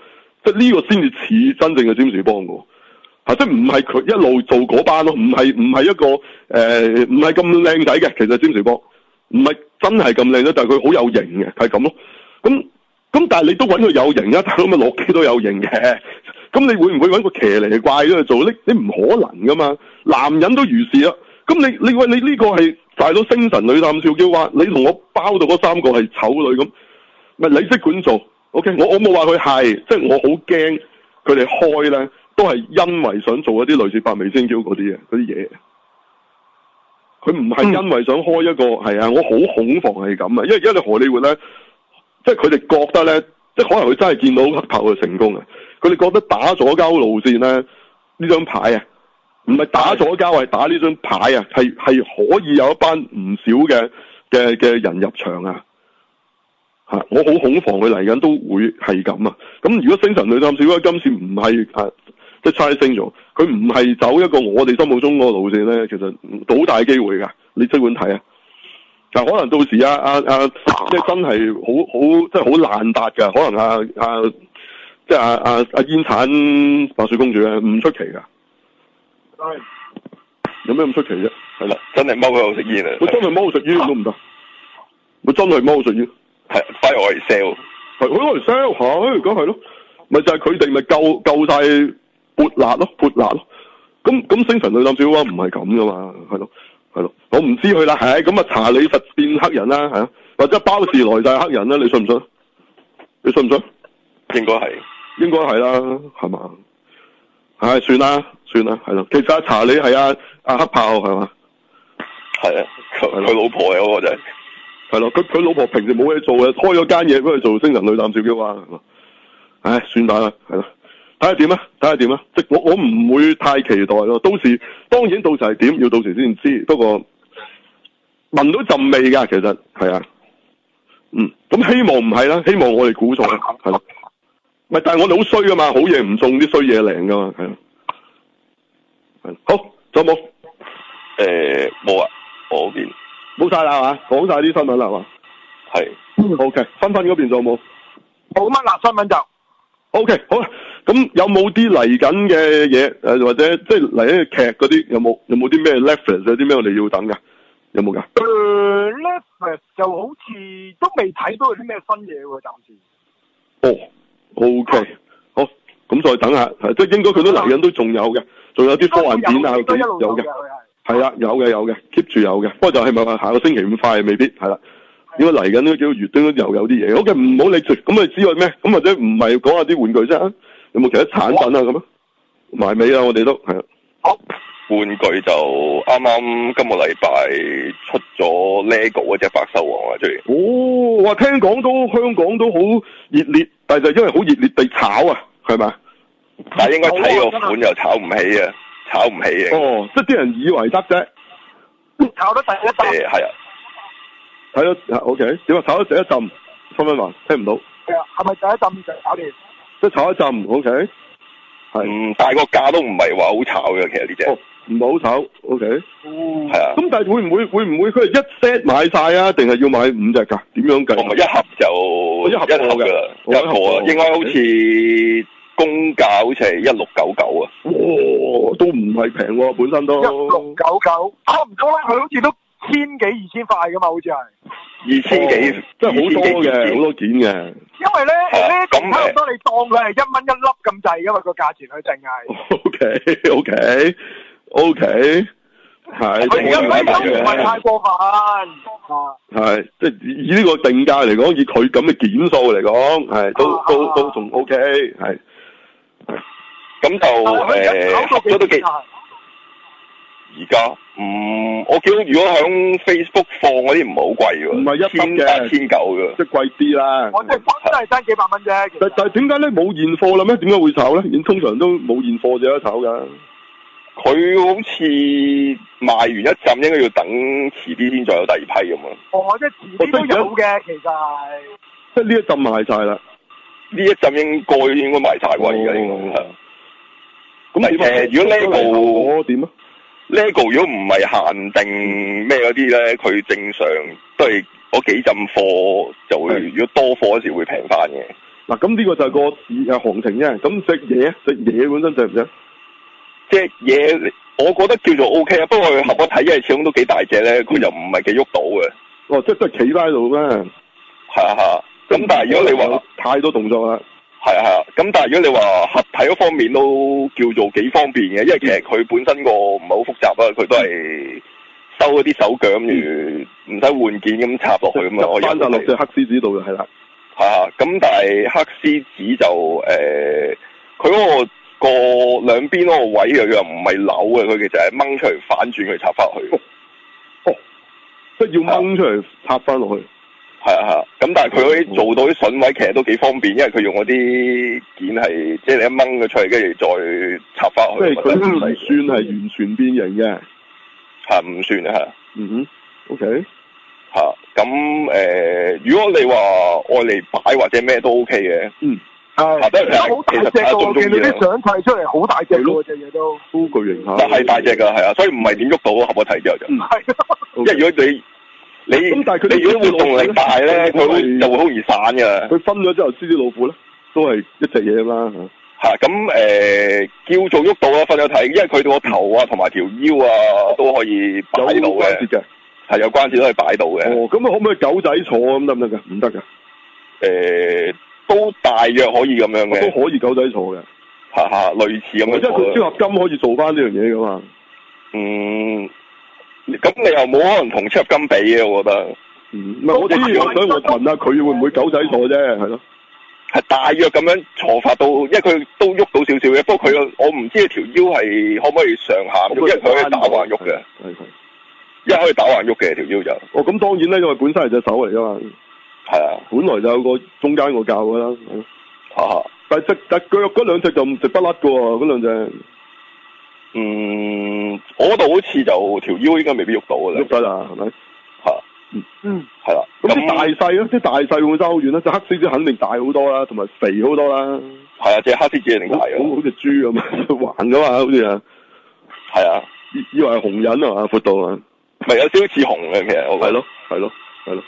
[SPEAKER 1] 即係呢個先至似真正嘅占士邦嘅喎。嚇！啊即係唔係佢一路做嗰班咯，唔係唔係一個誒唔係咁靚仔嘅，其實詹士波唔係真係咁靚仔，但係佢好有型嘅，係咁咯。咁咁但係你都揾個有型啊， 大佬咪落機都有型嘅。咁你會唔會揾個騎呢怪咗去做？你你唔可能噶嘛，男人都如是啊。咁你你喂你呢個係大佬星神女探少嬌話，你同我包到嗰三個係醜女咁，咪你識管做？OK，我我冇話佢係，即係我好驚佢哋開咧，都係因為想做一啲類似百味星嬌嗰啲嘢，嗰啲嘢。佢唔係因為想開一個係啊，我好恐防係咁啊，因為因為你荷里活咧，即係佢哋覺得咧，即係可能佢真係見到黑豹嘅成功啊，佢哋覺得打左交路線咧呢張牌啊，唔係打左交，係打呢張牌啊，係係可以有一班唔少嘅嘅嘅人入場啊。嚇！我好恐防佢嚟緊都會係咁啊！咁如果星神女探小姐今次唔係啊，即係 Charlie 星咗，佢唔係走一個我哋心目中嗰個路線咧，其實好大機會㗎。你即管睇啊！嗱，可能到時啊啊啊，即係真係好好，即係好爛達㗎。可能啊啊，即係啊啊啊煙產白雪公主咧，唔出奇㗎。
[SPEAKER 2] 係
[SPEAKER 1] 有咩咁出奇啫？
[SPEAKER 3] 係啦，真係踎喺度食煙啊！
[SPEAKER 1] 佢真係踎食煙都唔得，佢真係踎食煙。
[SPEAKER 3] 係翻去我嚟 sell，
[SPEAKER 1] 係佢攞嚟 sell 下，唉咁係咯，咪就係佢哋咪夠夠晒潑辣咯，潑辣咯。咁咁星辰女探小話唔係咁噶嘛，係咯係咯，我唔知佢啦，係咁啊查理實變黑人啦，係啊，或者包時來就係黑人啦，你信唔信？你信唔信？
[SPEAKER 3] 應該係
[SPEAKER 1] 應該係啦，係嘛？唉，算啦算啦，係咯。其實阿查理係阿阿黑豹係嘛？
[SPEAKER 3] 係啊，佢佢老婆嚟嗰個就係
[SPEAKER 1] 係咯，佢佢老婆平時冇嘢做嘅，開咗間嘢俾佢做星人女探小嬌啊，係嘛？唉，算大啦，係咯，睇下點啊，睇下點啊，即係我我唔會太期待咯。到時當然到時係點，要到時先知。不過聞到陣味㗎，其實係啊，嗯，咁希望唔係啦，希望我哋估錯啦，係咯。咪但係我哋好衰㗎嘛，好嘢唔中啲衰嘢靈㗎嘛，係啊，係咯好，仲有冇
[SPEAKER 3] 誒冇啊，我嗰邊
[SPEAKER 1] 冇晒啦係嘛？講晒啲新聞啦係嘛
[SPEAKER 3] 係
[SPEAKER 1] ？OK，芬芬嗰邊仲有冇？
[SPEAKER 2] 冇乜辣新聞就
[SPEAKER 1] O、k 好啦，咁有冇啲嚟緊嘅嘢誒，或者即係嚟緊嘅劇嗰啲，有冇有冇啲咩 reference 有啲咩我哋要等㗎？有冇㗎？
[SPEAKER 2] 誒 l e f e 就好似都未睇到有啲咩新嘢喎，暫時。
[SPEAKER 1] 哦，O K，好，咁再等下，係即係應該佢都嚟緊都仲有嘅，仲有啲科幻片啊，嗰
[SPEAKER 2] 都一
[SPEAKER 1] 啲
[SPEAKER 2] 路有
[SPEAKER 1] 有
[SPEAKER 2] 嘅，
[SPEAKER 1] 嘅，
[SPEAKER 2] 佢係。
[SPEAKER 1] 係啦，有嘅有嘅，keep 住有嘅，不過就係咪話下個星期咁快未必係啦。應該嚟緊嗰幾個月都又有啲嘢，OK，唔好理住，咁你知我咩？咁或者唔係講下啲玩具啫啊，有冇其他產品啊咁啊？埋尾啦，我哋都係啊啦，
[SPEAKER 2] 好，
[SPEAKER 3] 玩具就啱啱今個禮拜出咗 LEGO 嗰只百獸王啊，最
[SPEAKER 1] 哦，話聽講都香港都好熱烈，但係就因為好熱烈地炒啊，係咪？
[SPEAKER 3] 但係應該睇個款又炒唔起啊，炒唔起啊，
[SPEAKER 1] 啊哦，即係啲人以為得啫，
[SPEAKER 2] 炒得第一集
[SPEAKER 3] 誒係啊，
[SPEAKER 1] 睇咗啊 OK，點啊？炒咗第一陣，分分話聽唔到，
[SPEAKER 2] 係啊係咪第一浸就搞掂？
[SPEAKER 1] 即係炒一陣，OK，係，
[SPEAKER 3] 嗯，但係個價都唔係話好炒嘅，其實呢只
[SPEAKER 1] 哦，唔好炒，OK，咁
[SPEAKER 2] 哦
[SPEAKER 3] 係嗯啊，
[SPEAKER 1] 但係會唔會會唔會佢係一 set 買晒啊？定係要買五隻㗎？點樣計？啊
[SPEAKER 3] 我咪一盒就
[SPEAKER 1] 一盒
[SPEAKER 3] 一盒
[SPEAKER 1] 貨嘅
[SPEAKER 3] 㗎啦，
[SPEAKER 1] 哦
[SPEAKER 3] 一
[SPEAKER 1] 一
[SPEAKER 3] 盒
[SPEAKER 1] 盒
[SPEAKER 3] 貨
[SPEAKER 1] 貨
[SPEAKER 3] 啊，應該好似公價好似係一六九九啊。
[SPEAKER 1] 哇，都唔係平喎，本身都
[SPEAKER 2] 哦一六九九，差唔多啦，佢好似都千幾二千塊噶嘛，好似係。
[SPEAKER 3] 二千幾，
[SPEAKER 1] 哦即係好多嘅，好
[SPEAKER 3] 好
[SPEAKER 1] 多件嘅。
[SPEAKER 2] 因為咧
[SPEAKER 3] 係啊
[SPEAKER 2] 呢
[SPEAKER 3] 咁
[SPEAKER 2] 差唔多你當佢係一蚊一粒咁滯噶嘛，個價錢佢淨係。
[SPEAKER 1] O K O K O K，係
[SPEAKER 2] 佢而家
[SPEAKER 3] 咁
[SPEAKER 2] 呢
[SPEAKER 3] 哦
[SPEAKER 2] 都唔係
[SPEAKER 1] 係
[SPEAKER 2] 太過分啊！
[SPEAKER 1] 係即係以以呢個定價嚟講，以佢咁嘅件數嚟講，係都
[SPEAKER 2] 啊
[SPEAKER 1] 都都仲 O K，係
[SPEAKER 3] 咁就
[SPEAKER 1] 啊
[SPEAKER 2] 佢
[SPEAKER 3] 誒
[SPEAKER 2] 而家炒
[SPEAKER 3] 合
[SPEAKER 2] 到
[SPEAKER 3] 咗都幾
[SPEAKER 2] 幾，啊大
[SPEAKER 3] 而家嗯，我見到如果響 Facebook 放嗰啲唔係好貴喎，
[SPEAKER 1] 唔係一
[SPEAKER 3] 千
[SPEAKER 1] 百嘅
[SPEAKER 3] 八千九嘅，
[SPEAKER 1] 即係貴啲啦。
[SPEAKER 2] 我真係真真係爭幾百蚊啫。其實
[SPEAKER 1] 但但係點解咧冇現貨啦咩？點解會炒咧？通常都冇現貨就有得炒㗎。
[SPEAKER 3] 佢好似賣完一陣應該要等遲啲先再有第二批咁啊！
[SPEAKER 2] 我哦即係遲啲都有嘅，其實係。
[SPEAKER 1] 即係呢一陣賣晒啦。
[SPEAKER 3] 呢一陣應該應該賣晒喎，而家應該係
[SPEAKER 1] 哦咁
[SPEAKER 2] 呃
[SPEAKER 1] 點啊
[SPEAKER 3] 誒如果呢個
[SPEAKER 1] 我點啊？
[SPEAKER 3] LEGO 如果唔係限定咩嗰啲咧，佢正常都係嗰幾陣貨就會，
[SPEAKER 1] 係
[SPEAKER 3] 如果多貨嗰時會平翻嘅。
[SPEAKER 1] 嗱，咁呢個就係個市誒行情啫。咁隻嘢，隻嘢本身值唔值？
[SPEAKER 3] 即係嘢，我覺得叫做 O K 啊。不過佢合我睇，因為始終都幾大隻咧，佢又唔係幾喐到嘅，
[SPEAKER 1] 哦，即係都係企拉喺度咩？
[SPEAKER 3] 係啊係啊。咁但係如果你話
[SPEAKER 1] 太多動作啦，
[SPEAKER 3] 係啊係啊，咁但係如果你話合體嗰方面都叫做幾方便嘅，因為其實佢本身個唔係好複雜啊，佢都係收嗰啲手腳咁，如唔使換件咁插落哦去咁啊嘛。我
[SPEAKER 1] 入翻就落隻
[SPEAKER 3] 係
[SPEAKER 1] 黑獅子度就係啦。
[SPEAKER 3] 啊，咁但係黑獅子就誒，佢、嗰個個兩邊嗰個位又又唔係扭嘅，佢其實係掹出嚟反轉佢插翻去。
[SPEAKER 1] 即係要掹出嚟插翻落去，
[SPEAKER 3] 係啊係啊，咁但係佢嗰啲做到啲筍位其實都幾方便，因為佢用嗰啲件係即係你一掹佢出嚟，跟住再插翻
[SPEAKER 1] 即
[SPEAKER 3] 去。
[SPEAKER 1] 係佢唔
[SPEAKER 3] 係
[SPEAKER 1] 算係完全變形嘅。
[SPEAKER 3] 嚇唔算啊
[SPEAKER 1] 嗯哼，OK，
[SPEAKER 3] 嚇嚇咁誒，如果你話愛嚟擺或者咩都 OK 嘅，
[SPEAKER 1] 嗯，
[SPEAKER 3] 啊
[SPEAKER 2] 係
[SPEAKER 3] 得
[SPEAKER 2] 而家好大隻
[SPEAKER 3] 其實大
[SPEAKER 2] 噶，
[SPEAKER 3] 家都
[SPEAKER 2] 我見到
[SPEAKER 3] 鍾意啊
[SPEAKER 2] 啲相砌出嚟好大隻
[SPEAKER 1] 係
[SPEAKER 2] 噶
[SPEAKER 1] 咯
[SPEAKER 2] 隻嘢都，
[SPEAKER 1] 都巨型下。
[SPEAKER 3] 但係大隻㗎係啊，所以唔係點喐到咯，合咗體之後就。
[SPEAKER 1] 嗯
[SPEAKER 2] 係啊咯，
[SPEAKER 1] OK，
[SPEAKER 3] 因為如果你你
[SPEAKER 1] 咁但係佢哋
[SPEAKER 3] 你如果活動力大咧，
[SPEAKER 1] 佢
[SPEAKER 3] 佢
[SPEAKER 1] 會
[SPEAKER 3] 會就會好易散㗎。
[SPEAKER 1] 佢分咗之後，獅子老虎咧都係一隻嘢咁啦。嚇
[SPEAKER 3] 嚇咁誒叫做喐到啦，瞓咗睇，因為佢個頭啊同埋條腰啊都可以擺
[SPEAKER 1] 有
[SPEAKER 3] 到
[SPEAKER 1] 關節
[SPEAKER 3] 嘅，
[SPEAKER 1] 嘅。
[SPEAKER 3] 係有關節都可以擺到嘅。
[SPEAKER 1] 哦，咁啊，可唔可以狗仔坐咁得唔得㗎？唔得㗎，
[SPEAKER 3] 誒、都大約可以咁樣
[SPEAKER 1] 都
[SPEAKER 3] 嘅，
[SPEAKER 1] 可以狗仔坐嘅。
[SPEAKER 3] 嚇嚇，類似咁啊
[SPEAKER 1] 因為哦佢
[SPEAKER 3] 樣做
[SPEAKER 1] 超
[SPEAKER 3] 啦。
[SPEAKER 1] 合金可以做翻呢樣嘢㗎嘛。
[SPEAKER 3] 嗯，咁你又冇可能同超合金比嘅，我覺得
[SPEAKER 1] 嗯，唔係我知，我想我問啊下佢會唔會狗仔坐啫，係咯。
[SPEAKER 3] 係大約咁樣坐法到，因為佢都喐到少少嘅。不過佢個我唔知佢條腰係可唔可以上下喐，因為佢可以打橫喐嘅，
[SPEAKER 1] 係係。
[SPEAKER 3] 因為可以打橫喐嘅條腰就
[SPEAKER 1] 哦，咁當然咧，因為本身係隻手嚟㗎嘛，
[SPEAKER 3] 係啊
[SPEAKER 1] 本來就有個中間個教㗎啦。係咯
[SPEAKER 3] 嚇嚇，
[SPEAKER 1] 但係隻但係腳嗰兩隻就唔食不甩㗎喎，嗰兩隻
[SPEAKER 3] 嗯，我嗰度好似就條腰應該未必喐到嘅啦
[SPEAKER 1] 喐，得啦，係咪？
[SPEAKER 3] 嚇
[SPEAKER 2] 嗯，
[SPEAKER 3] 係啦。
[SPEAKER 1] 咁啲大細啊咧，啲大細會唔會爭好遠咧？隻黑獅子肯定大好多啦，同埋肥好多啦，
[SPEAKER 3] 係啊，隻黑獅子一定大
[SPEAKER 1] 好好
[SPEAKER 3] 嘅，
[SPEAKER 1] 好似豬咁啊， 橫噶嘛，好似啊，
[SPEAKER 3] 係啊，
[SPEAKER 1] 以以為係紅人啊嘛，闊到啊，
[SPEAKER 3] 咪有少少似紅嘅，其實我
[SPEAKER 1] 係
[SPEAKER 3] 覺得
[SPEAKER 1] 咯，係咯，係咯。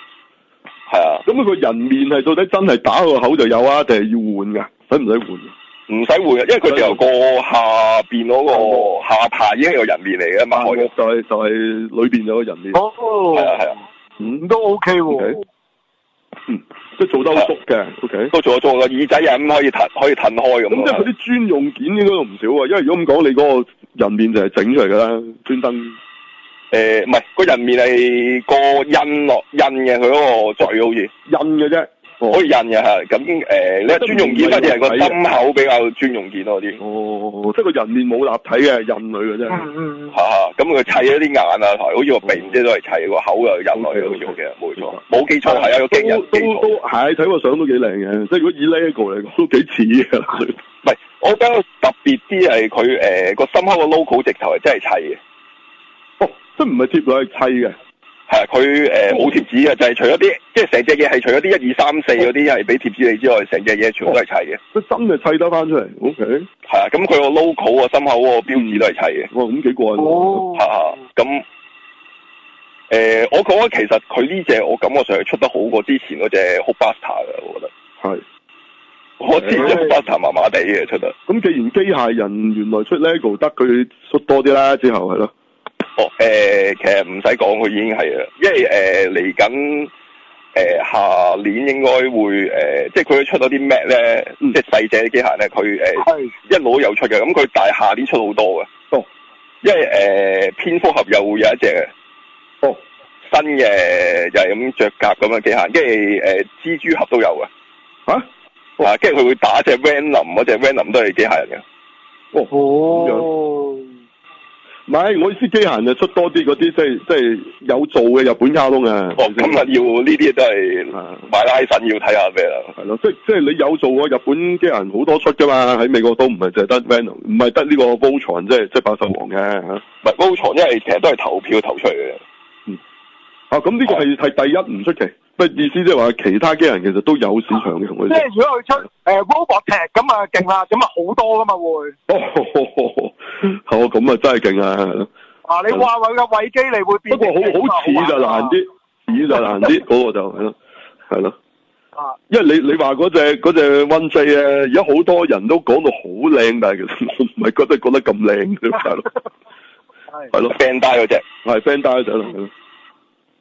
[SPEAKER 3] 係啊。
[SPEAKER 1] 咁佢個人面係到底真係打個口就有啊，定係要換㗎？使唔使換？
[SPEAKER 3] 唔使換嘅，因為佢由個下邊嗰個下巴已經有人面嚟嘅嘛，開咗
[SPEAKER 1] 就係就係裏邊有個人面，
[SPEAKER 2] 哦，
[SPEAKER 3] 係啊係啊，
[SPEAKER 1] 嗯，
[SPEAKER 2] 都 OK 喎
[SPEAKER 1] OK，嗯即係做得好足嘅，OK。
[SPEAKER 3] 都做咗做個耳仔又咁可以褪可以褪開咁
[SPEAKER 1] 嗯咁
[SPEAKER 3] 啊
[SPEAKER 1] 即係佢
[SPEAKER 3] 咯。
[SPEAKER 1] 啲專用件應該都唔少啊，因為如果咁講，你嗰個人面就係整出嚟㗎啦，專登。
[SPEAKER 3] 誒唔係個人面係個印落印嘅，佢嗰個嘴好似
[SPEAKER 1] 印嘅啫。
[SPEAKER 3] 可以印嘅係咁誒。你話專用件反而係個心口比較專用件多啲，
[SPEAKER 1] 哦，即係個人面冇立體嘅，印女嘅啫。
[SPEAKER 2] 嗯嗯嗯
[SPEAKER 3] 嚇咁佢砌咗啲眼啊，好似個鼻即係都係砌個口又印落去好似好嘅，冇錯，冇記錯係啊，有驚
[SPEAKER 1] 嗯
[SPEAKER 3] 人
[SPEAKER 1] 哦都
[SPEAKER 3] 記
[SPEAKER 1] 都
[SPEAKER 3] 錯
[SPEAKER 1] 都。係睇個相都幾靚嘅，即係如果以 LEGO 嚟講都幾似嘅。
[SPEAKER 3] 唔係，我比較特別啲係佢誒個心口個 logo 直頭係真係砌嘅。
[SPEAKER 1] 哦，即係唔係貼落去砌嘅，
[SPEAKER 3] 係啊，佢誒冇貼紙嘅，啊就係、除咗啲，即係成隻嘢係除咗啲一二三四嗰啲係俾貼紙你之外，成隻嘢全部都係砌嘅。
[SPEAKER 1] 即係真係砌得翻出嚟。O K，
[SPEAKER 3] 係啊，咁佢個 logo 啊、心口嗰個標誌都係砌嘅。
[SPEAKER 1] 哇，咁幾過癮喎。
[SPEAKER 2] 哦
[SPEAKER 3] 嚇、，啊，咁誒、我覺得其實佢呢只我感覺上係出得好過之前嗰只 h o b u s t e r 嘅，我覺得。
[SPEAKER 1] 係。
[SPEAKER 3] 我之前 h o b u s t e r 麻麻地嘅出得，
[SPEAKER 1] 咁既然機械人原來出 LEGO 得，佢出多啲啦，之後係咯。
[SPEAKER 3] 哦誒、其實唔使講，佢已經係啦，因為誒嚟緊。誒、下年應該會誒、呃即係佢出咗啲 Mac 咧，
[SPEAKER 1] 嗯
[SPEAKER 3] 即係細隻啲機械咧，佢誒、呃
[SPEAKER 2] 係
[SPEAKER 3] 一路都有出嘅，咁佢但係下年出好多嘅，
[SPEAKER 1] 哦
[SPEAKER 3] 因為誒、呃蝙蝠俠又會有一隻嘅
[SPEAKER 1] 哦，
[SPEAKER 3] 新嘅，就係咁着甲咁樣機械，跟住誒蜘蛛俠都有嘅，
[SPEAKER 1] 嚇、
[SPEAKER 3] 啊，跟住佢會打隻 Venom 嗰隻 Venom 都係機械人
[SPEAKER 1] 哦，
[SPEAKER 2] 哦，
[SPEAKER 1] 唔係，我意思機械人就出多啲嗰啲，即係即係有做嘅日本卡通啊。
[SPEAKER 3] 嘅，哦，咁啊要呢啲都係
[SPEAKER 1] 啊
[SPEAKER 3] 買拉神要睇下咩啦，
[SPEAKER 1] 係咯，即即係你有做過日本機械人好多出噶嘛，喺美國都唔係淨係得 Venom，唔係得呢個 Voltron，即係即係百獸王嘅啊嚇。
[SPEAKER 3] 唔係 Voltron 因為其實都係投票投出嚟嘅，
[SPEAKER 1] 啊，咁
[SPEAKER 3] 哦
[SPEAKER 1] 呢個係係第一唔出奇，不過意思即係話其他機械人其實都有市場嘅同佢
[SPEAKER 2] 即
[SPEAKER 1] 哋。
[SPEAKER 2] 係如果佢出誒 robot tech 咁啊勁啦，咁啊好多噶嘛會。
[SPEAKER 1] 哦，哦，咁啊真係勁啊！係咯
[SPEAKER 2] 啊！你話佢嘅偉基你
[SPEAKER 1] 嗯
[SPEAKER 2] 會
[SPEAKER 1] 不
[SPEAKER 2] 變？
[SPEAKER 1] 過好好似
[SPEAKER 2] 啊
[SPEAKER 1] 就難啲，
[SPEAKER 3] 啊
[SPEAKER 1] 似就難啲，嗰個就係咯，係咯。
[SPEAKER 2] 啊！
[SPEAKER 1] 因為你你話嗰隻嗰隻 One J 咧，而家好多人都講到好靚，但係其實我唔係覺得覺得咁靚嘅， 大佬
[SPEAKER 2] 係
[SPEAKER 1] 係咯。
[SPEAKER 3] b a n d a 嗰只
[SPEAKER 1] 啊係 friend 帶嗰陣係咯，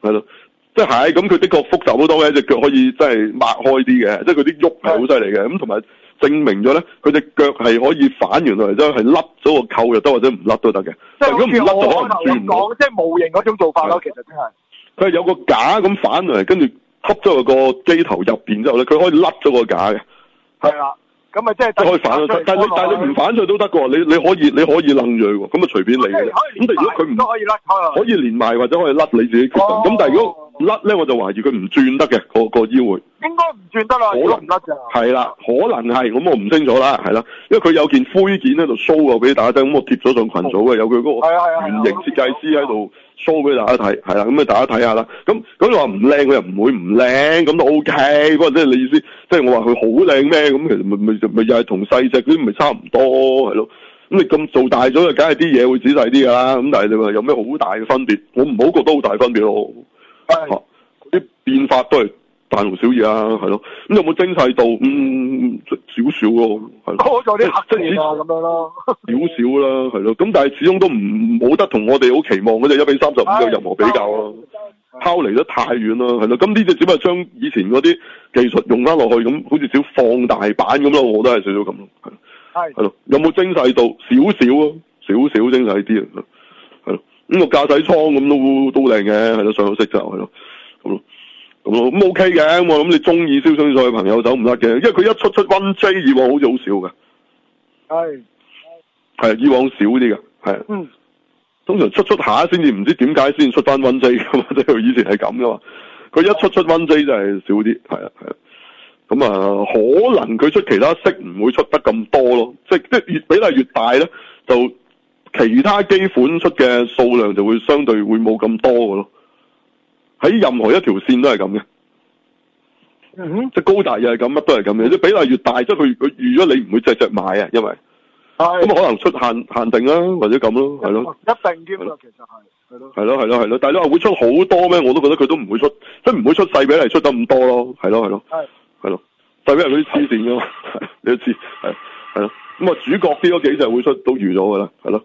[SPEAKER 1] 係咯，即係咁佢的確複雜好多嘅，只腳可以真係擘開啲嘅，即係佢啲喐係好犀利嘅。咁同埋證明咗咧，佢只腳係可以反完落嚟之後係甩咗個扣就得，或者唔甩都得嘅。
[SPEAKER 2] 即係
[SPEAKER 1] 如果唔甩就可能
[SPEAKER 2] 好似我
[SPEAKER 1] 轉
[SPEAKER 2] 開
[SPEAKER 1] 唔
[SPEAKER 2] 頭
[SPEAKER 1] 到。
[SPEAKER 2] 咁講，即係模型嗰種做法咯，其實真係。
[SPEAKER 1] 佢係有個架咁反落嚟，跟住吸咗個機頭入邊之後咧，佢可以甩咗個架嘅，
[SPEAKER 2] 係啦，咁咪即係
[SPEAKER 1] 即係
[SPEAKER 2] 等
[SPEAKER 1] 可以反
[SPEAKER 2] 出
[SPEAKER 1] 咗
[SPEAKER 2] 嚟。
[SPEAKER 1] 但係你
[SPEAKER 2] 幫
[SPEAKER 1] 但係
[SPEAKER 2] 落
[SPEAKER 1] 你唔
[SPEAKER 2] 去
[SPEAKER 1] 反咗都得嘅喎，你你可以你可以楞住佢喎，咁啊隨便你
[SPEAKER 2] 即
[SPEAKER 1] 嘅
[SPEAKER 2] 係
[SPEAKER 1] 啫。
[SPEAKER 2] 可以
[SPEAKER 1] 咁但係如果佢唔
[SPEAKER 2] 都可以甩開
[SPEAKER 1] 可
[SPEAKER 2] 佢。
[SPEAKER 1] 以連埋或者可以甩你自己決定。
[SPEAKER 2] 哦
[SPEAKER 1] 咁、但係如果甩咧，我就懷疑佢唔轉得嘅個個腰會。
[SPEAKER 2] 應該唔轉得啦，
[SPEAKER 1] 可
[SPEAKER 2] 如
[SPEAKER 1] 能
[SPEAKER 2] 果唔甩咋。
[SPEAKER 1] 係啦，可能係咁，我唔清楚啦，係啦，因為佢有件灰件喺度 show 過俾大家睇，咁我貼咗上群組嘅，有佢嗰個
[SPEAKER 2] 係啊係啊係啊
[SPEAKER 1] 圓形設計師喺度 show 俾大家睇，係啦，咁啊大家睇下啦。咁咁你話唔靚，佢又唔會唔靚，咁都 OK。不過即係你意思，即係我話佢好靚咩？咁其實咪咪咪又係同細只嗰啲咪差唔多係咯。咁你咁做大咗，就梗係啲嘢會仔細啲㗎啦。咁但係你話有咩好大嘅分別？我唔好覺得好大分別咯。
[SPEAKER 2] 係
[SPEAKER 1] 啊啲變法都係大同小異啊，係咯。咁有冇精細度？嗯，少少咯，係咯，
[SPEAKER 2] 多咗啲黑
[SPEAKER 1] 即係
[SPEAKER 2] 線啊咁樣咯。
[SPEAKER 1] 少少啦，係咯。咁但係始終都唔冇得同我哋好期望嗰只一比三十五有任何比較咯。拋離得太遠啦，係咯。咁呢只只不過將以前嗰啲技術用翻落去，咁好似少放大版咁咯。我覺得係少少咁咯，係咯
[SPEAKER 2] 係
[SPEAKER 1] 係咯。有冇精細度？少少咯，少少精細啲啊，係咯。咁個駕駛艙咁都都靚嘅，係咯，上咗色就係咯，咁咯，咁咯，咁 OK 嘅。咁我諗你中意燒傷菜嘅朋友走唔甩嘅，因為佢一出出 One J 以往好似好少嘅，
[SPEAKER 2] 係，
[SPEAKER 1] 係以往少啲嘅，啊係
[SPEAKER 2] 嗯，
[SPEAKER 1] 通常出出下先至唔知點解先出翻 One J 噶嘛，即係佢以前係咁噶嘛。佢一出出 One J 就係少啲，係啊係啊。咁啊，可能佢出其他色唔會出得咁多咯，即係即係越比例越大咧，就其他機款出嘅數量就會相對會冇咁多嘅咯。喺任何一條線都係咁嘅，
[SPEAKER 2] 嗯哼，
[SPEAKER 1] 即係高達又係咁，乜都係咁嘅。即係比例越大，即係佢佢預咗你唔會隻隻買啊，因為
[SPEAKER 2] 係。
[SPEAKER 1] 咁可能出限限定啦，或者咁咯，係咯。
[SPEAKER 2] 一定添啦，其實係，係咯。
[SPEAKER 1] 係咯係咯係咯，但係你話會出好多咩？我都覺得佢都唔會出，即係唔會出細比例出得咁多咯。係咯係咯
[SPEAKER 2] 係
[SPEAKER 1] 係咯，細比例嗰啲黐線噶嘛， 係你都知係係咯。咁啊主角啲嗰幾隻會出都預咗噶啦，係咯。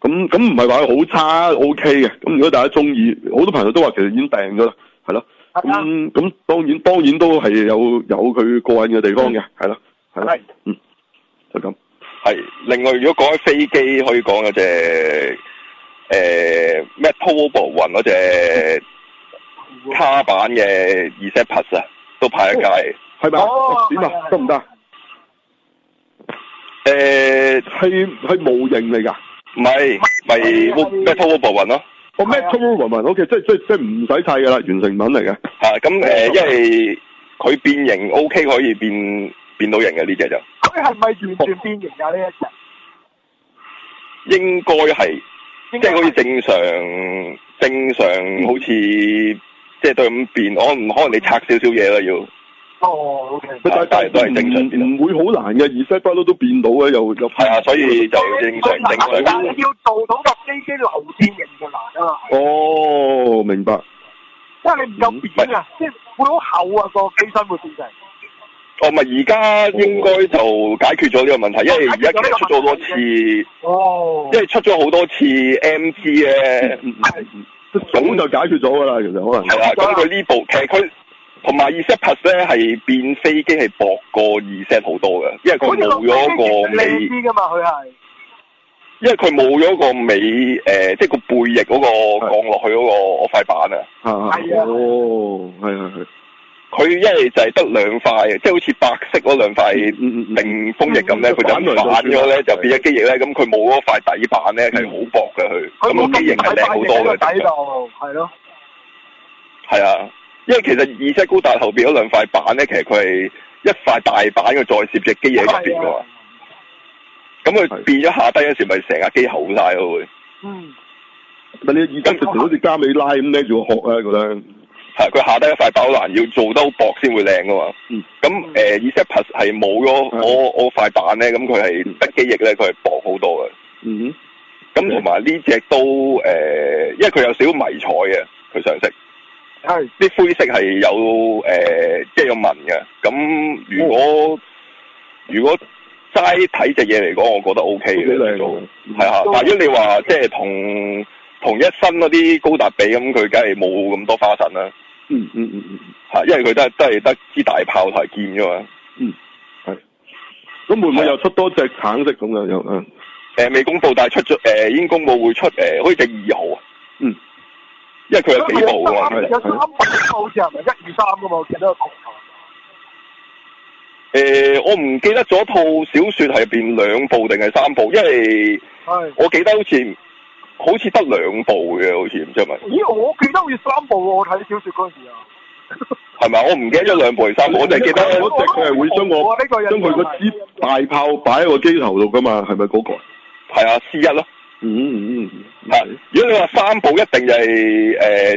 [SPEAKER 1] 咁咁唔係話佢好差 OK 嘅，咁如果大家中意，好多朋友都話其實已經訂咗啦，係咯。
[SPEAKER 2] 啊
[SPEAKER 1] 咁咁當然當然都係有有佢過癮嘅地方嘅，係咯係咯
[SPEAKER 2] 係，
[SPEAKER 1] 嗯就咁。
[SPEAKER 3] 係，另外如果講起飛機，可以講嗰隻誒 Metal Robo 雲嗰隻卡版嘅 e s e Plus 啊，都派一街。
[SPEAKER 1] 係咪啊
[SPEAKER 2] 哦
[SPEAKER 1] 點
[SPEAKER 2] 係啊係
[SPEAKER 1] 啊
[SPEAKER 2] 啊？
[SPEAKER 1] 得唔得啊？
[SPEAKER 3] 誒
[SPEAKER 1] 係係模型嚟㗎。
[SPEAKER 3] 唔係咪 Metal Robo 雲咯？
[SPEAKER 1] 哦
[SPEAKER 2] 係啊
[SPEAKER 1] ，Metal Woman，OK，即係即係即係唔使砌噶啦，完成品嚟嘅。
[SPEAKER 3] 嚇啊咁誒，因為佢變形 OK 可以變變到形嘅呢只就
[SPEAKER 2] 佢係咪完全變形啊㗎呢一隻？
[SPEAKER 3] 應該係
[SPEAKER 2] 應
[SPEAKER 3] 即
[SPEAKER 2] 該
[SPEAKER 3] 係好似正常正常好似即係對咁變，可能可能你拆少少嘢啦要。
[SPEAKER 2] 哦，OK，
[SPEAKER 1] 但
[SPEAKER 3] 但係啊都係正常
[SPEAKER 1] 唔唔會好難嘅，而 set 都變到嘅，又又
[SPEAKER 3] 係啊，所以就正常正
[SPEAKER 2] 但
[SPEAKER 3] 常。
[SPEAKER 2] 係要做到個飛機流線型就難啊嘛，
[SPEAKER 1] 哦，明白。
[SPEAKER 2] 因為你唔夠扁啊，即係會好厚啊個機身會變成。
[SPEAKER 3] 哦，咪而家應該就解決咗呢個問題，因為而家其實出咗好多次，因
[SPEAKER 2] 哦，
[SPEAKER 3] 為出咗好多次 MG 咧，
[SPEAKER 1] 嗯嗯嗯即係咁就解決咗噶啦，其實可能
[SPEAKER 3] 係啊啦。咁佢呢部其實佢同埋 E set Plus 咧係變飛機係薄過 E set 好多嘅，因為佢
[SPEAKER 2] 佢
[SPEAKER 3] 冇咗個
[SPEAKER 2] 靚
[SPEAKER 3] 尾，
[SPEAKER 2] 啲㗎嘛，佢係。
[SPEAKER 3] 因為佢冇咗個尾誒、呃即係個背翼嗰個降落去嗰個嗰塊板啊。
[SPEAKER 1] 嚇
[SPEAKER 2] 係
[SPEAKER 1] 嚇
[SPEAKER 2] 啊
[SPEAKER 1] 哦，係係係，
[SPEAKER 3] 佢一係就係得兩塊，即係好似白色嗰兩塊
[SPEAKER 1] 嗯嗯嗯，
[SPEAKER 3] 定風翼咁咧，佢就反咗咧，就變咗機翼咧。咁佢冇嗰塊底板咧，係好薄嘅佢，
[SPEAKER 2] 佢
[SPEAKER 3] 咁
[SPEAKER 2] 冇
[SPEAKER 3] 個機翼係靚好多嘅。
[SPEAKER 2] 底度，係咯，
[SPEAKER 3] 係啊，因為其實二式高達後邊嗰兩塊板咧，其實佢係一塊大板嘅再攝隻機翼入邊嘅
[SPEAKER 1] 啊
[SPEAKER 2] 啊
[SPEAKER 3] 嘛。咁佢變咗下低嗰時，咪成架機厚晒咯會。
[SPEAKER 2] 嗯，
[SPEAKER 1] 但你耳塞直情好似加美拉咁孭住個殼啊咧，覺得
[SPEAKER 3] 係啊佢下低一塊飽爛要做得好薄先會靚噶嘛。
[SPEAKER 1] 嗯
[SPEAKER 3] 咁誒 e s e Plus 係冇咗
[SPEAKER 1] 係
[SPEAKER 3] 我我塊板咧，咁佢係得機翼咧，佢係薄好多嘅。
[SPEAKER 1] 嗯
[SPEAKER 3] 咁同埋呢只都誒、因為佢有少少迷彩嘅，佢上色
[SPEAKER 2] 係
[SPEAKER 3] 啲灰色係有誒、即係有紋嘅。咁如果、如果齋睇只嘢嚟講，我覺得 O K
[SPEAKER 1] 都幾靚嗯嘅
[SPEAKER 3] 嘅，啊做係啊。但係如果你話即係同同一身嗰啲高達比，咁佢梗係冇咁多花神啦。
[SPEAKER 1] 嗯嗯嗯嗯
[SPEAKER 3] 嚇，因為佢都係都係得支大炮台劍啫嘛。
[SPEAKER 1] 嗯，係。咁
[SPEAKER 3] 啊
[SPEAKER 1] 會唔會又出多隻橙色咁樣又啊？
[SPEAKER 3] 誒、未公佈，但係出咗誒、已經公佈會出誒、好似隻二號啊，
[SPEAKER 1] 嗯，
[SPEAKER 3] 因為佢有幾啊部㗎嘛。
[SPEAKER 1] 係
[SPEAKER 2] 有三部好似係咪一二三㗎嘛？我記得有個
[SPEAKER 3] 誒、我唔記得咗套小説係入邊兩部定係三部，因為
[SPEAKER 2] 係。
[SPEAKER 3] 我記得好似好似得兩部嘅，好似唔知係咪
[SPEAKER 2] 咦，我記得好似三部喎，我睇小説嗰陣時啊。
[SPEAKER 3] 係咪？我唔記得咗兩部定三部，我就係記得
[SPEAKER 1] 嗰隻佢係會將我
[SPEAKER 2] 我呢個人
[SPEAKER 1] 將佢個支大炮擺喺個機頭度噶嘛，係咪嗰個？
[SPEAKER 3] 係啊 C 一咯。
[SPEAKER 1] 嗯嗯嗯
[SPEAKER 3] 嗱，如果你話三部一定就係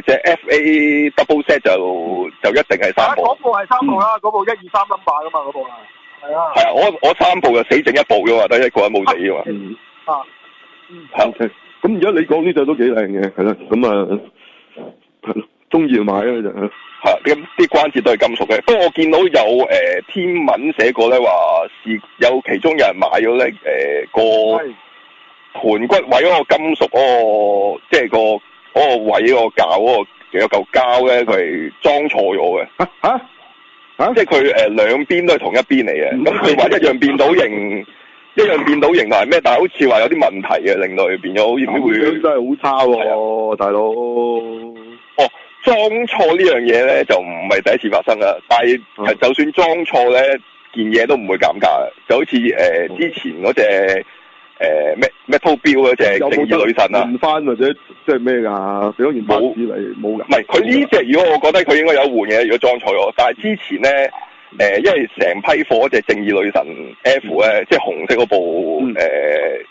[SPEAKER 3] 誒只 FA double set 就就一定係
[SPEAKER 2] 啊
[SPEAKER 3] 三
[SPEAKER 2] 嗰
[SPEAKER 3] 部，
[SPEAKER 2] 部係三部
[SPEAKER 1] 嗯
[SPEAKER 2] 啦，嗰部一二三 number 㗎嘛，嗰部係。係啊。
[SPEAKER 3] 係啊，我我三部就死剩一部啫嘛，得一個人冇死啫嘛，
[SPEAKER 1] 嗯
[SPEAKER 2] 啊。
[SPEAKER 3] 係啊
[SPEAKER 1] ，OK。咁而家你講呢隻都幾靚嘅，係啦，咁啊，係咯，中意就買啊就係咯，
[SPEAKER 3] 係啊咁啲關節都係金屬嘅。不過我見到有誒、呃篇文寫過咧話是有其中有人買咗咧誒個
[SPEAKER 2] 係。
[SPEAKER 3] 盤骨位嗰個金屬嗰、個即係個嗰個位嗰個膠嗰、個有嚿膠咧，佢係裝錯咗嘅。
[SPEAKER 1] 嚇嚇嚇
[SPEAKER 3] 即係佢誒兩邊都係同一邊嚟嘅，
[SPEAKER 1] 嗯
[SPEAKER 3] 咁佢話一樣變到形，一樣變到形同埋咩？但係好似話有啲問題嘅，令到佢變咗
[SPEAKER 1] 啊
[SPEAKER 3] 好似唔知
[SPEAKER 1] 真
[SPEAKER 3] 會
[SPEAKER 1] 係好差
[SPEAKER 3] 係
[SPEAKER 1] 喎，大佬。
[SPEAKER 3] 哦裝錯呢樣嘢咧，就唔係第一次發生啦。但係
[SPEAKER 1] 嗯
[SPEAKER 3] 就算裝錯咧，件嘢都唔會減價嘅，就好似誒、呃
[SPEAKER 1] 嗯
[SPEAKER 3] 之前嗰隻誒咩 Metal Bill 嗰隻
[SPEAKER 1] 有
[SPEAKER 3] 正
[SPEAKER 1] 冇
[SPEAKER 3] 義
[SPEAKER 1] 得
[SPEAKER 3] 女神啊，
[SPEAKER 1] 換翻或者即係咩㗎？俾咗件巴士嚟冇㗎。
[SPEAKER 3] 唔係佢呢隻，如果我覺得佢應該有換嘅，如果裝錯咗。但係之前咧。誒、因為成批貨嗰隻正義女神 F 咧、即係紅色嗰部誒、
[SPEAKER 1] 嗯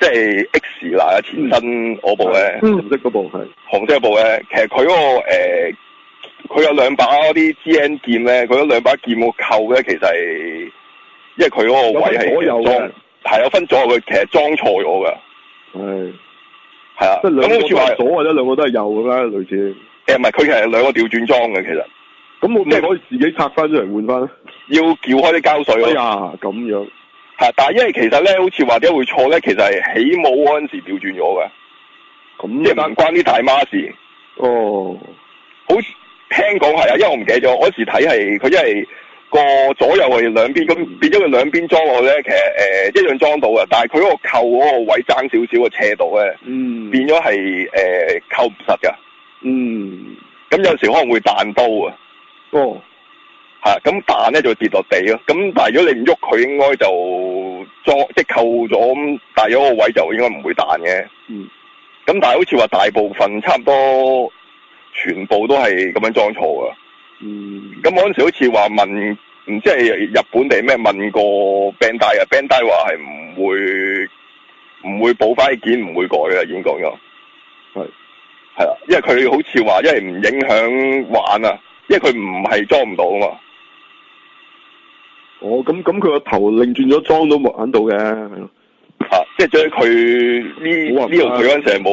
[SPEAKER 3] 即係 X 嗱前身嗰部咧，
[SPEAKER 1] 嗯紅色嗰部係。
[SPEAKER 3] 紅色嗰部咧，其實佢嗰、個誒佢、有兩把嗰啲 GN 劍咧，佢嗰兩把劍個扣咧，其實係因為佢嗰個位係
[SPEAKER 1] 有分左右嘅
[SPEAKER 3] 裝係有分左右，佢其實裝錯咗㗎，
[SPEAKER 1] 係，
[SPEAKER 3] 係啊，
[SPEAKER 1] 即係兩個
[SPEAKER 3] 咁好
[SPEAKER 1] 都
[SPEAKER 3] 似話
[SPEAKER 1] 係左或者兩個都係右咁啦，類似。
[SPEAKER 3] 誒唔係，佢其實係兩個調轉裝嘅，其實
[SPEAKER 1] 咁我
[SPEAKER 3] 即係
[SPEAKER 1] 咪可以自己拆翻出嚟換翻
[SPEAKER 3] 要撬開啲膠水
[SPEAKER 1] 哎
[SPEAKER 3] 咯。
[SPEAKER 1] 呀，咁樣，
[SPEAKER 3] 係，啊但係因為其實咧，好似話點解會錯咧，其實係起舞嗰陣時調轉咗嘅，即係
[SPEAKER 1] 咁
[SPEAKER 3] 唔關啲大媽事。
[SPEAKER 1] 哦，
[SPEAKER 3] 好似聽講係啊，因為我唔記得咗，我嗰時睇係佢因為個左右係兩邊，咁變咗佢兩邊裝落去咧，其實誒、呃一樣裝到嘅，但係佢嗰個扣嗰個位爭少少嘅斜度咧，
[SPEAKER 1] 嗯，
[SPEAKER 3] 變咗係誒扣唔實嘅，
[SPEAKER 1] 嗯，
[SPEAKER 3] 咁有時可能會彈刀啊。
[SPEAKER 1] 哦，
[SPEAKER 3] 嚇咁彈咧就會跌落地咯，咁但係如果你唔喐佢，應該就裝即係扣咗，咁但係有個位就應該唔會彈嘅。
[SPEAKER 1] 嗯，
[SPEAKER 3] 咁但係好似話大部分差唔多全部都係咁樣裝錯噶。
[SPEAKER 1] 嗯，
[SPEAKER 3] 咁我嗰陣時好似話問，唔知係日本定咩問過 Bandai 啊，Bandai 話係唔會唔會補翻件，唔會改噶，已經講咗。
[SPEAKER 1] 係，
[SPEAKER 3] 係啦，因為佢好似話，因為唔影響玩啊，因為佢唔係裝唔到啊嘛。
[SPEAKER 1] 哦，咁咁佢個頭擰轉咗裝都玩到嘅，係咯
[SPEAKER 3] 啊，即係將佢呢
[SPEAKER 1] 好核
[SPEAKER 3] 呢度
[SPEAKER 1] 突啊
[SPEAKER 3] 佢嗰陣時係冇，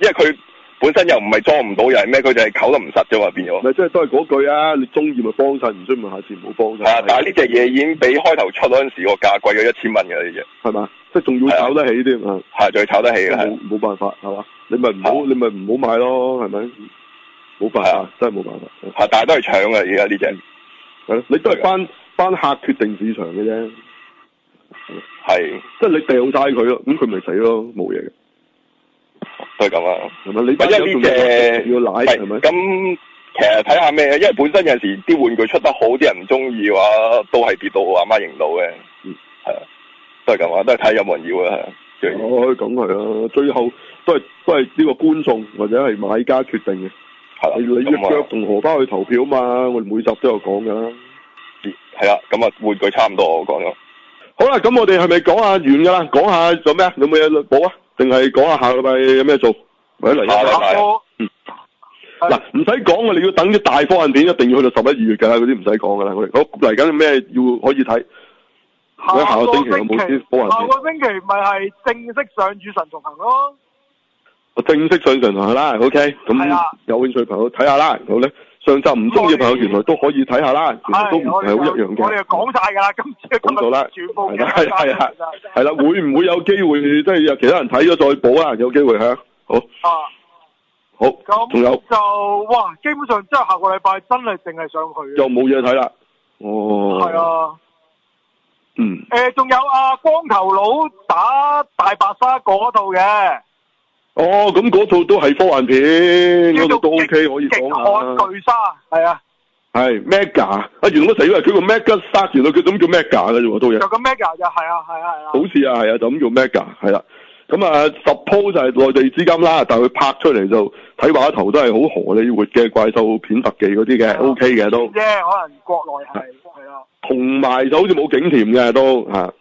[SPEAKER 3] 因為佢本身又唔係裝唔到，又係咩？佢就係扣得唔實啫嘛，變咗。
[SPEAKER 1] 咪即係都係嗰句啊，你中意咪幫襯，唔中意咪下次唔好幫
[SPEAKER 3] 啊！但係
[SPEAKER 1] 襯，
[SPEAKER 3] 呢隻嘢已經比開頭出嗰陣時個價貴咗一千蚊嘅呢隻，
[SPEAKER 1] 係嘛？即係仲要炒得起添啊，
[SPEAKER 3] 係仲要炒得起嘅，係啊
[SPEAKER 1] 冇冇辦法係嘛？你咪唔好
[SPEAKER 3] 係啊
[SPEAKER 1] 你咪唔好買咯，係咪？冇辦
[SPEAKER 3] 係
[SPEAKER 1] 法
[SPEAKER 3] 啊，
[SPEAKER 1] 真係冇辦法，
[SPEAKER 3] 係但係都係搶嘅而家呢隻，
[SPEAKER 1] 係咯，你都係班班客決定市場嘅啫，
[SPEAKER 3] 係
[SPEAKER 1] 即係你掉晒佢咯，咁佢咪死咯，冇嘢嘅。
[SPEAKER 3] 都係咁啊。
[SPEAKER 1] 係咪？你班友
[SPEAKER 3] 因為
[SPEAKER 1] 仲
[SPEAKER 3] 呢隻
[SPEAKER 1] 要奶係咪
[SPEAKER 3] 係？咁，其實睇下咩，因為本身有陣時啲玩具出得好，啲人唔中意嘅話，都係跌到阿媽認到嘅
[SPEAKER 1] 嗯，
[SPEAKER 3] 係啊，都係咁啊，都係睇有冇人要啊，係啊最
[SPEAKER 1] 我可以講佢哦啦，最後都係都係呢個觀眾或者係買家決定嘅。
[SPEAKER 3] 係啦。
[SPEAKER 1] 你你隻
[SPEAKER 3] 咁啊
[SPEAKER 1] 腳同荷包去投票嘛？我哋每集都有講㗎啦。
[SPEAKER 3] 係啦，咁啊玩具差唔多，我講咗。
[SPEAKER 1] 好啦，咁我哋係咪講下完㗎啦？講下有咩啊？有冇嘢補啊？定係講下下個禮拜有咩做？或者嚟
[SPEAKER 3] 下禮拜
[SPEAKER 1] 緊嗯
[SPEAKER 3] 啊
[SPEAKER 1] 嗱，唔使講啊嘅，你要等啲大科幻片一定要去到十一二月㗎啦，嗰啲唔使講㗎啦。我哋好嚟緊有咩要可以睇？
[SPEAKER 2] 下
[SPEAKER 1] 下個
[SPEAKER 2] 個
[SPEAKER 1] 星期
[SPEAKER 2] 星
[SPEAKER 1] 有冇啲保
[SPEAKER 2] 期，
[SPEAKER 1] 人
[SPEAKER 2] 下個星期咪係正式上與神同行咯。
[SPEAKER 1] 我正式上神台啦，OK，
[SPEAKER 2] 係
[SPEAKER 1] 咁
[SPEAKER 2] 啊
[SPEAKER 1] 有興趣朋友睇下啦，好咧。上集唔中意嘅朋友原來都可以睇下啦，原來都唔
[SPEAKER 2] 係，我
[SPEAKER 1] 係
[SPEAKER 2] 哋
[SPEAKER 1] 好一樣
[SPEAKER 2] 我哋就
[SPEAKER 1] 嘅。
[SPEAKER 2] 講晒㗎啦，今次
[SPEAKER 1] 講到啦，
[SPEAKER 2] 全部
[SPEAKER 1] 係啦， 係啦啊係啦，
[SPEAKER 2] 係
[SPEAKER 1] 係啦，啊會唔會有機會即係有其他人睇咗再補啊？有機會嚇，好，
[SPEAKER 2] 啊，
[SPEAKER 1] 好，仲有
[SPEAKER 2] 咁就哇，基本上真係下個禮拜真係淨係上去
[SPEAKER 1] 又
[SPEAKER 2] 嘅。
[SPEAKER 1] 冇嘢睇啦。哦，
[SPEAKER 2] 係，啊，
[SPEAKER 1] 嗯，
[SPEAKER 2] 誒仲有啊光頭佬打大白鯊嗰套嘅，
[SPEAKER 1] 哦，咁嗰套都係科幻片，嗰
[SPEAKER 2] 叫
[SPEAKER 1] 套
[SPEAKER 2] 做
[SPEAKER 1] 都
[SPEAKER 2] 極
[SPEAKER 1] OK 可以
[SPEAKER 2] 極
[SPEAKER 1] 講下
[SPEAKER 2] 悍。巨鯊，係啊，
[SPEAKER 1] 係 mega 啊，原來乜死啦？佢個 mega star 原來佢咁叫 mega 嘅啫喎，都嘢。
[SPEAKER 2] 就咁 mega 就係啊係啊係啊
[SPEAKER 1] 好，似啊，係啊，就咁叫 mega 係啦。咁啊，suppose 就係內地資金啦，但係佢拍出嚟就睇畫頭都係好荷里活嘅怪獸片特技嗰啲嘅
[SPEAKER 2] 啊
[SPEAKER 1] ，OK 嘅都。
[SPEAKER 2] 啫可能國內係係啊，
[SPEAKER 1] 同埋就好似冇景甜嘅都嚇，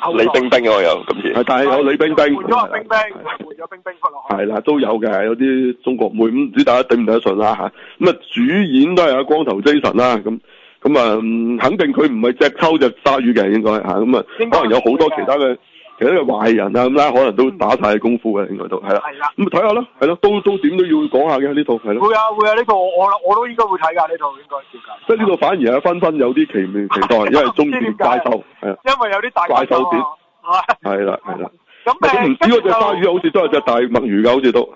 [SPEAKER 2] 後
[SPEAKER 3] 李
[SPEAKER 2] 來
[SPEAKER 3] 冰冰我啊又今次
[SPEAKER 1] 係但係有李冰冰，
[SPEAKER 2] 換咗阿冰冰，
[SPEAKER 1] 係啦
[SPEAKER 2] 換咗冰冰出落去。
[SPEAKER 1] 係啦，都有嘅，有啲中國妹咁，唔知大家頂唔頂得順啦嚇。咁啊，主演都係阿光頭 Jason 啦，咁咁啊，嗯肯定佢唔係隻抽隻鯊魚嘅應該嚇，咁啊，
[SPEAKER 2] 應該
[SPEAKER 1] 可能有好多
[SPEAKER 2] 唔會嘅
[SPEAKER 1] 其
[SPEAKER 2] 嗯
[SPEAKER 1] 他嘅其他嘅壞人啊咁啦，可能都打晒功夫嘅應該都係啦。
[SPEAKER 2] 係啦，
[SPEAKER 1] 咁咪睇下咯，係咯，都都點都要講下嘅呢套係咯，
[SPEAKER 2] 會啊會啊，呢套我我我都應該會睇㗎，呢套應該照計。
[SPEAKER 1] 即係呢度反而係分分有啲期期待， 因為中意怪獸係啊，
[SPEAKER 2] 因為有啲大
[SPEAKER 1] 怪獸片
[SPEAKER 2] 啊嘛，
[SPEAKER 1] 係啦係啦，
[SPEAKER 2] 咁
[SPEAKER 1] 咪都唔
[SPEAKER 2] 誒，
[SPEAKER 1] 知嗰隻
[SPEAKER 2] 跟住就
[SPEAKER 1] 鯊魚好似都係隻大墨魚㗎，好似都係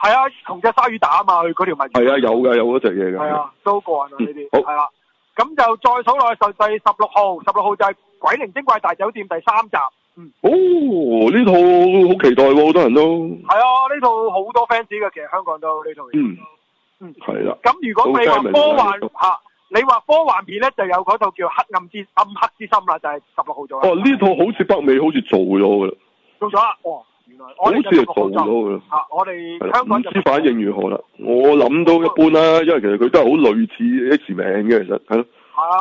[SPEAKER 2] 係啊，同隻鯊魚打啊嘛，佢嗰條咪
[SPEAKER 1] 係啊，有㗎有嗰隻嘢
[SPEAKER 2] 係
[SPEAKER 1] 㗎，
[SPEAKER 2] 啊，都過癮啊呢啲，
[SPEAKER 1] 嗯好
[SPEAKER 2] 係啦。咁就再數落去就第十六號，十六號就係《鬼靈精怪大酒店》第三集。嗯，
[SPEAKER 1] 哦呢套好期待喎，好多人都
[SPEAKER 2] 係啊，呢套好多 fans 嘅，其實香港都呢套嘢。
[SPEAKER 1] 嗯
[SPEAKER 2] 嗯。
[SPEAKER 1] 係啦，
[SPEAKER 2] 咁如果你話科
[SPEAKER 1] 好
[SPEAKER 2] 幻
[SPEAKER 1] family
[SPEAKER 2] 嚇，你話科幻片咧，就有嗰套叫《黑暗之暗黑之心》啦，就係十六號做啦。
[SPEAKER 1] 哦呢套好似北美好似做咗㗎啦，
[SPEAKER 2] 做咗啦，哦，原來
[SPEAKER 1] 好
[SPEAKER 2] 我哋
[SPEAKER 1] 似
[SPEAKER 2] 就
[SPEAKER 1] 係
[SPEAKER 2] 16
[SPEAKER 1] 做
[SPEAKER 2] 號
[SPEAKER 1] 咗㗎啦。
[SPEAKER 2] 嚇，我
[SPEAKER 1] 係
[SPEAKER 2] 哋
[SPEAKER 1] 啊啦
[SPEAKER 2] 香
[SPEAKER 1] 唔
[SPEAKER 2] 港就
[SPEAKER 1] 知反應如何啦，我諗都一般啦，因為其實佢都係好類似 X 名嘅，其實係咯。
[SPEAKER 2] 係啊，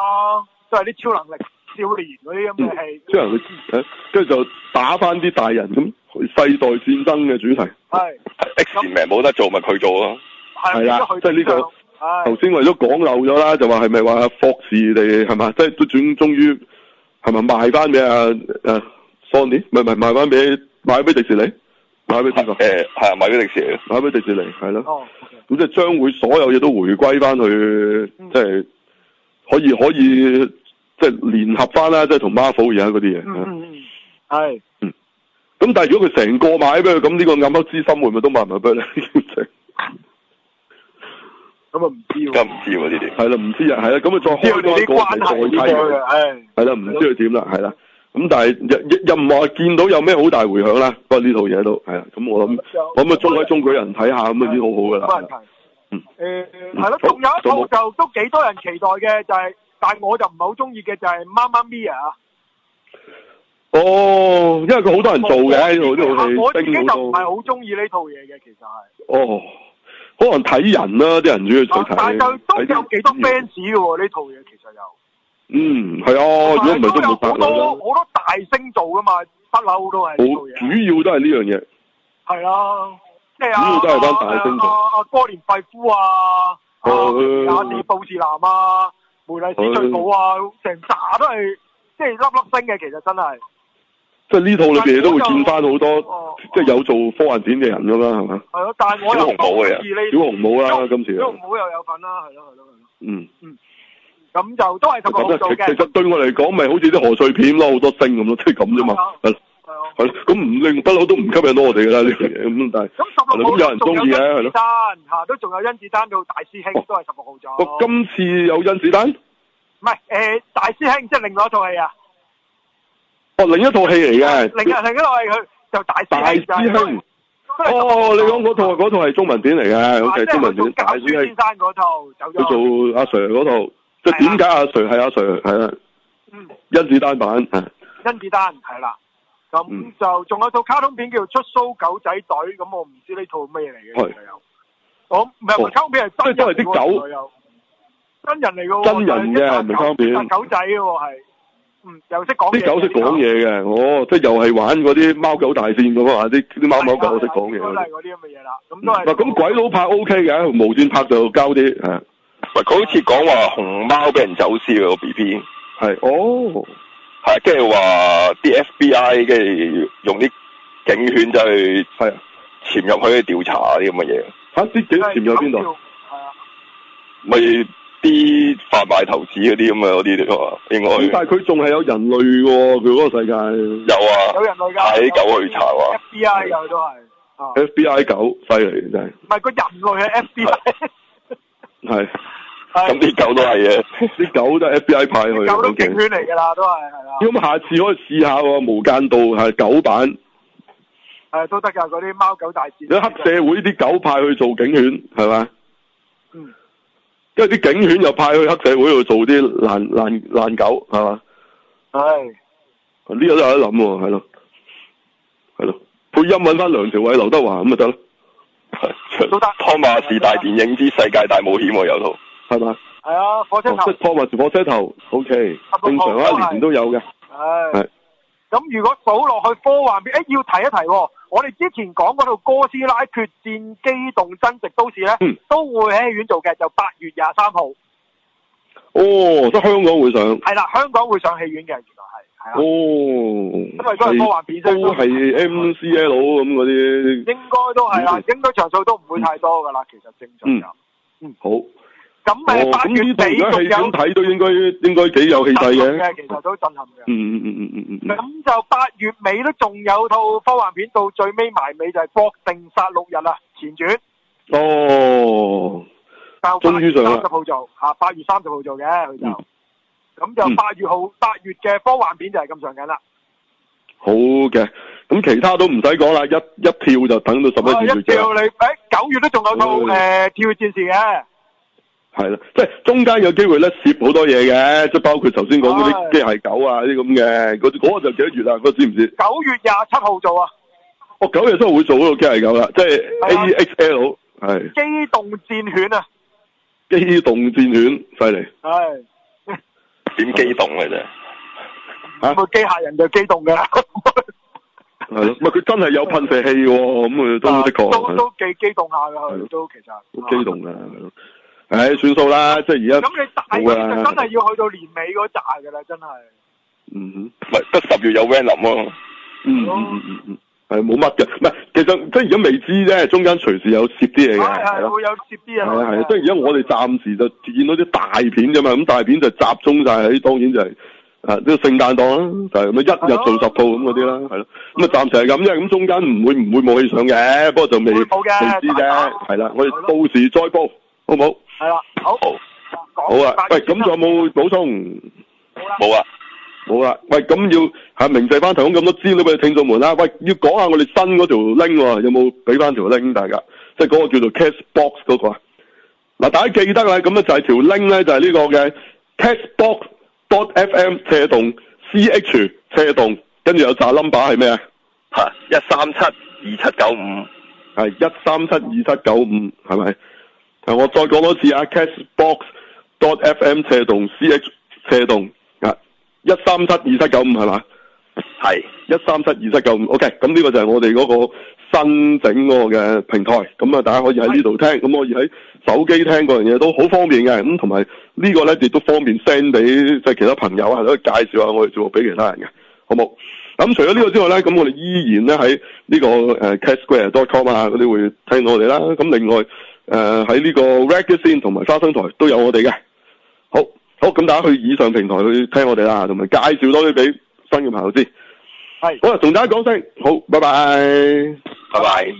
[SPEAKER 2] 都係啲超能力少年嗰啲咁
[SPEAKER 1] 嗯
[SPEAKER 2] 嘅戲。
[SPEAKER 1] 即係佢誒跟住就打翻啲大人咁，世代戰爭嘅主題。
[SPEAKER 2] 係
[SPEAKER 3] X 年冇得做咪佢做咯，
[SPEAKER 2] 係
[SPEAKER 1] 係啦
[SPEAKER 2] 變咗佢
[SPEAKER 1] 即係呢個
[SPEAKER 2] 形象係
[SPEAKER 1] 頭先為咗講漏咗啦，就話係咪話霍士哋係嘛，即係都轉終於係咪賣翻俾阿誒 Sony？唔係唔係賣翻俾賣俾迪士尼，賣俾邊個？
[SPEAKER 3] 誒係啊，咪嗰迪士尼
[SPEAKER 1] 賣俾迪士尼係咯。
[SPEAKER 2] 哦，OK，
[SPEAKER 1] 咁即係將會所有嘢都回歸翻去，
[SPEAKER 2] 嗯
[SPEAKER 1] 即係可以可以即係聯合翻啦，即係同 Marvel 而家嗰啲嘢。啊
[SPEAKER 2] 嗯嗯嗯，係
[SPEAKER 1] 咁但係如果佢成個買俾佢，咁呢個暗黑之心會唔會都賣埋俾佢咧？
[SPEAKER 2] 咁啊唔知
[SPEAKER 3] 真
[SPEAKER 2] 喎，
[SPEAKER 3] 唔知喎呢啲。
[SPEAKER 1] 係啦，唔知啊，係啦，咁啊再
[SPEAKER 2] 唔知佢
[SPEAKER 1] 開多
[SPEAKER 2] 哋
[SPEAKER 1] 一
[SPEAKER 2] 啲
[SPEAKER 1] 個
[SPEAKER 2] 關
[SPEAKER 1] 嚟代
[SPEAKER 2] 係
[SPEAKER 1] 替
[SPEAKER 2] 點樣
[SPEAKER 1] 佢
[SPEAKER 2] 嘅，唉，
[SPEAKER 1] 係啦，唔知佢點啦，係啦。咁但係又又又唔話見到有咩好大回響啦，不過呢套嘢都係啦。咁我諗我諗啊，中規中矩人睇下咁啊，已經好好噶啦
[SPEAKER 2] 冇
[SPEAKER 1] 係
[SPEAKER 2] 人
[SPEAKER 1] 啦。
[SPEAKER 2] 睇。
[SPEAKER 1] 嗯
[SPEAKER 2] 誒
[SPEAKER 1] 嗯
[SPEAKER 2] 係咯，
[SPEAKER 1] 好
[SPEAKER 2] 仲有
[SPEAKER 1] 仲冇
[SPEAKER 2] 一套就都幾多人期待嘅，就係，但係我就唔係好中意嘅就係《媽媽咪呀》啊，
[SPEAKER 1] 哦，因為佢好多人做嘅呢套呢
[SPEAKER 2] 我
[SPEAKER 1] 套戲，
[SPEAKER 2] 自己就
[SPEAKER 1] 升好
[SPEAKER 2] 唔
[SPEAKER 1] 多。
[SPEAKER 2] 係好中意呢套嘢嘅，其實係。
[SPEAKER 1] 哦，可能睇人啦，啲人主要
[SPEAKER 2] 啊但
[SPEAKER 1] 想睇。
[SPEAKER 2] 係就都有幾多
[SPEAKER 1] 睇啲
[SPEAKER 2] fans 嘅喎，呢套嘢其實又。
[SPEAKER 1] 嗯，係啊，如果唔係都冇拍
[SPEAKER 2] 好
[SPEAKER 1] 落
[SPEAKER 2] 多
[SPEAKER 1] 啦。
[SPEAKER 2] 好多大星做噶嘛，不嬲都係
[SPEAKER 1] 好，主
[SPEAKER 2] 呢套嘢。
[SPEAKER 1] 要都係呢樣嘢。
[SPEAKER 2] 係啦，即係啊，
[SPEAKER 1] 主要都係班大星做
[SPEAKER 2] 啊啊啊哥連費夫啊，啊
[SPEAKER 1] 哦
[SPEAKER 2] 阿士布士南啊，梅麗史翠普啊，成扎都係即係粒粒星嘅，其實真係。
[SPEAKER 1] 即係呢套裏邊，你都會見翻好多，
[SPEAKER 2] 哦，
[SPEAKER 1] 即係有做科幻片嘅人噶啦，係嘛？
[SPEAKER 2] 係咯，但係我又唔中意呢
[SPEAKER 1] 小紅帽啦，今次
[SPEAKER 2] 小紅帽又有份啦，係咯係咯係咯，
[SPEAKER 1] 嗯，
[SPEAKER 2] 咁就都係十
[SPEAKER 1] 咁
[SPEAKER 2] 個做
[SPEAKER 1] 啊，其
[SPEAKER 2] 嘅
[SPEAKER 1] 其，實對我嚟講，咪好似啲賀歲片咯，好多星咁咯，即係咁啫嘛，
[SPEAKER 2] 哦
[SPEAKER 1] 係咯
[SPEAKER 2] 係咯。
[SPEAKER 1] 係咯，咁唔令不嬲都唔吸引到我哋噶啦呢樣嘢，咁但係
[SPEAKER 2] 咁十六號
[SPEAKER 1] 咁有人中意嘅係咯哦
[SPEAKER 2] 甄子丹嚇都仲有甄子丹做大師兄，都係十六號咗。
[SPEAKER 1] 我今次有甄子丹，
[SPEAKER 2] 唔係誒大師兄，即係另外一套戲啊，
[SPEAKER 1] 哦，另一套戲嚟
[SPEAKER 2] 啊另
[SPEAKER 1] 嘅，
[SPEAKER 2] 一另一套戲佢就大
[SPEAKER 1] 大
[SPEAKER 2] 師兄就係
[SPEAKER 1] 師兄，，
[SPEAKER 2] 都係
[SPEAKER 1] 哦，你講嗰套嗰套係中文片嚟嘅
[SPEAKER 2] 啊
[SPEAKER 1] ，OK，
[SPEAKER 2] 即係
[SPEAKER 1] 中文
[SPEAKER 2] 佢做
[SPEAKER 1] 片，大
[SPEAKER 2] 教
[SPEAKER 1] 師
[SPEAKER 2] 主先
[SPEAKER 1] 兄
[SPEAKER 2] 生嗰套走
[SPEAKER 1] 佢
[SPEAKER 2] 咗，
[SPEAKER 1] 做阿 Sir 嗰套，即係
[SPEAKER 2] 啊
[SPEAKER 1] 點解阿 Sir 係阿 Sir 係啦，
[SPEAKER 2] 嗯，
[SPEAKER 1] 甄子丹版啊係
[SPEAKER 2] 甄子丹係啦。咁
[SPEAKER 1] 嗯
[SPEAKER 2] 就仲有套卡通片叫《出蘇狗仔隊》，咁我唔知呢套咩嚟嘅，
[SPEAKER 1] 係
[SPEAKER 2] 其實有。我唔係唔
[SPEAKER 1] 哦
[SPEAKER 2] 係卡通片係真人
[SPEAKER 1] 即係都係啲狗
[SPEAKER 2] 狗，原來有真人嚟嘅喎，
[SPEAKER 1] 真人嘅唔係
[SPEAKER 2] 就係一隻狗
[SPEAKER 1] 卡通片
[SPEAKER 2] 一隻狗仔嘅喎係，嗯，又識講嘢嘅
[SPEAKER 1] 啲狗識講嘢嘅，哦，即係又係玩嗰啲貓狗大戰咁啊，啲啲貓貓狗識講嘢
[SPEAKER 2] 應該
[SPEAKER 1] 嗰啲嗯
[SPEAKER 2] 都係。嗰啲咁嘅嘢啦。咁都係
[SPEAKER 1] 嗱咁鬼佬拍 O K 嘅，無線拍就交啲啊係
[SPEAKER 3] 喂，佢好似講話熊貓俾人走私嘅個 B B，
[SPEAKER 1] 係哦
[SPEAKER 3] 係跟住話啲 FBI 跟住用啲警犬就去
[SPEAKER 1] 係啊
[SPEAKER 3] 潛入去調查啲咁嘅嘢，
[SPEAKER 1] 嚇啲幾潛入邊度？？
[SPEAKER 2] 係啊，
[SPEAKER 3] 咪啲販賣投資嗰啲咁嘅嗰啲啊，應
[SPEAKER 1] 咁
[SPEAKER 3] 該
[SPEAKER 1] 但係佢仲係有人類嘅喎，佢嗰個世界
[SPEAKER 3] 有啊
[SPEAKER 2] 有。人類㗎，
[SPEAKER 3] 係啲狗去查喎
[SPEAKER 2] FBI 又都係，啊，唔
[SPEAKER 1] FBI 狗犀利真係，
[SPEAKER 2] 係個人類係 FBI，
[SPEAKER 1] 係
[SPEAKER 3] 咁啲狗都係嘅，
[SPEAKER 1] 啲狗都係 FBI 派去
[SPEAKER 2] 啲
[SPEAKER 1] 嘅，
[SPEAKER 2] 狗都
[SPEAKER 1] 究
[SPEAKER 2] 警
[SPEAKER 1] 竟
[SPEAKER 2] 犬嚟㗎啦，都係啊係啦，
[SPEAKER 1] 咁下次可以試下喎，無間道係狗版，
[SPEAKER 2] 係啊都得㗎，嗰啲貓狗大
[SPEAKER 1] 有黑
[SPEAKER 2] 戰。
[SPEAKER 1] 社會啲狗派去做警犬係嘛？
[SPEAKER 2] 嗯，
[SPEAKER 1] 跟住啲警犬又派去黑社會度做啲爛爛爛狗係嘛？
[SPEAKER 2] 係
[SPEAKER 1] 呢個都有得諗喎，係咯，係咯，配音揾翻梁朝偉、劉德華咁咪得咯，
[SPEAKER 2] 都得
[SPEAKER 3] 湯馬士大電影之世界大冒險喎，有套
[SPEAKER 1] 係嘛？
[SPEAKER 2] 係啊，火車
[SPEAKER 1] 哦
[SPEAKER 2] 頭
[SPEAKER 1] 即係。破物火車頭，OK，正常
[SPEAKER 2] 都
[SPEAKER 1] 啊，
[SPEAKER 2] 係
[SPEAKER 1] 年年都有嘅，係
[SPEAKER 2] 唉，咁如果數落去科幻片，誒要提一提喎、我哋之前講嗰套《哥斯拉決戰機動增殖都市》咧，
[SPEAKER 1] 嗯
[SPEAKER 2] 都會喺戲院做嘅，就八月廿三號，
[SPEAKER 1] 哦，即係香港會上，
[SPEAKER 2] 係啦，香港會上戲院嘅，原來係，係啦，因為都
[SPEAKER 1] 哦，
[SPEAKER 2] 係科
[SPEAKER 1] 係
[SPEAKER 2] 幻片，所以
[SPEAKER 1] 都係 MCL 咁嗰啲，
[SPEAKER 2] 應該都係啦
[SPEAKER 1] 嗯，
[SPEAKER 2] 應該場數都唔會太多㗎啦，其實正常
[SPEAKER 1] 嗯
[SPEAKER 2] 就。
[SPEAKER 1] 好，哦，
[SPEAKER 2] 咁誒八
[SPEAKER 1] 咁
[SPEAKER 2] 月
[SPEAKER 1] 呢度而
[SPEAKER 2] 底
[SPEAKER 1] 家戲院
[SPEAKER 2] 仲
[SPEAKER 1] 睇都應該應該幾有氣
[SPEAKER 2] 有
[SPEAKER 1] 勢
[SPEAKER 2] 震撼
[SPEAKER 1] 嘅，
[SPEAKER 2] 嘅，其實都震撼嘅。
[SPEAKER 1] 嗯嗯嗯嗯嗯嗯，
[SPEAKER 2] 咁就八月尾都仲有套科幻片，到最尾埋尾就係《國定殺戮日》啊，前傳。
[SPEAKER 1] 哦，
[SPEAKER 2] 就
[SPEAKER 1] 終於上啦
[SPEAKER 2] 八月三十號做嚇，八月三十號做嘅佢就，
[SPEAKER 1] 嗯
[SPEAKER 2] 咁、就八月號八月嘅科幻片就係咁上緊啦。
[SPEAKER 1] 好嘅，咁其他都唔使講啦，一一跳就等到
[SPEAKER 2] 啊
[SPEAKER 1] 十
[SPEAKER 2] 一
[SPEAKER 1] 一月嘅
[SPEAKER 2] 跳你，誒九月都仲有套
[SPEAKER 1] 嗯
[SPEAKER 2] 誒、跳躍戰士嘅，
[SPEAKER 1] 係啦，即係中間有機會咧攝好多嘢嘅，即係包括頭先講嗰啲
[SPEAKER 2] 係
[SPEAKER 1] 機械狗啊呢啲咁嘅，嗰嗰個就幾多月啊？嗰個知唔知？
[SPEAKER 2] 九月廿七號做啊，
[SPEAKER 1] 我九日都會做嗰個機械狗啦，即係
[SPEAKER 2] 係啊
[SPEAKER 1] AXL 係
[SPEAKER 2] 機動戰犬啊，
[SPEAKER 1] 機動戰犬，犀利
[SPEAKER 2] 係
[SPEAKER 3] 點機動嘅啫，
[SPEAKER 1] 嚇，
[SPEAKER 2] 個啊機械人就機動㗎啦，
[SPEAKER 1] 係咯，唔係佢真係有噴射器喎，咁佢 都的確
[SPEAKER 2] 啊都
[SPEAKER 1] 係咯
[SPEAKER 2] 都幾機動下㗎，
[SPEAKER 1] 啊係
[SPEAKER 2] 佢都其實啊
[SPEAKER 1] 好機。動㗎，係咯，唉算數啦，即係而家
[SPEAKER 2] 咁你大嗰啲就真係要去到年尾嗰扎㗎啦，真係。
[SPEAKER 1] 嗯哼。
[SPEAKER 3] 咪得十月有 Venom 咯，
[SPEAKER 1] 嗯嗯嗯嗯嗯，係冇乜嘅，唔係其實即係而家未知啫，中間隨時有攝啲嘢嘅，
[SPEAKER 2] 係
[SPEAKER 1] 係
[SPEAKER 2] 係
[SPEAKER 1] 咯，
[SPEAKER 2] 會有接
[SPEAKER 1] 係
[SPEAKER 2] 啲嘢
[SPEAKER 1] 啊係
[SPEAKER 2] 落
[SPEAKER 1] 啊
[SPEAKER 2] 去，
[SPEAKER 1] 即係而家我哋暫時就見到啲大片啫嘛，咁大片就集中晒喺當然就係、啊！呢個聖誕檔啦，就係咁啊樣一日做十套咁嗰啲啦，係咯。咁啊暫時係咁啫，咁中間唔會唔會冇戲上嘅，不過就未未
[SPEAKER 2] 會嗯冇嘅
[SPEAKER 1] 知
[SPEAKER 2] 大
[SPEAKER 1] 啫，
[SPEAKER 2] 家
[SPEAKER 1] 係啦。我哋到時再報，好唔好？
[SPEAKER 2] 係啦，好，
[SPEAKER 3] 好
[SPEAKER 1] 好
[SPEAKER 2] 好
[SPEAKER 1] 啊。喂，咁仲有冇補充？
[SPEAKER 3] 冇啊，
[SPEAKER 1] 冇啦，喂，咁要吓明細翻提供咁多資料俾聽眾們啦。喂，要講下我哋新嗰條 link 喎，有冇俾翻條 link 大家？即係嗰個叫做 Cashbox 嗰個啊。嗱，大家記得啦，咁啊咧就係條 link 咧就係呢個嘅 Cashbox.fm 斜動 CH 斜動，跟住有扎 number 係咩啊？
[SPEAKER 3] 嚇一三七二七九五。
[SPEAKER 1] 係一三七二七九五，係咪？係我再講多次啊，Cashbox.fm 斜動 CH 斜動啊，一三七二七九五係嘛？
[SPEAKER 3] 係
[SPEAKER 1] 一三七二七九五，OK，咁呢個就係我哋嗰個新整嗰個嘅平台，咁啊大家可以喺呢度聽，咁可以喺手機聽嗰樣嘢都好方便嘅，咁同埋呢個咧亦都方便 send 俾即係其他朋友啊，都介紹下我哋節目俾其他人嘅，好冇？咁除咗呢個之外咧，咁我哋依然咧喺呢個誒 catsquare.com 啊嗰啲會聽到我哋啦，咁另外誒喺呢個 r a g a 先同埋花生台都有我哋嘅。好好，咁大家去以上平台去聽我哋啦，同埋介紹多啲俾新嘅朋友知。
[SPEAKER 2] 係。
[SPEAKER 1] 好啦，同大家講聲，好，拜拜。
[SPEAKER 3] 拜拜。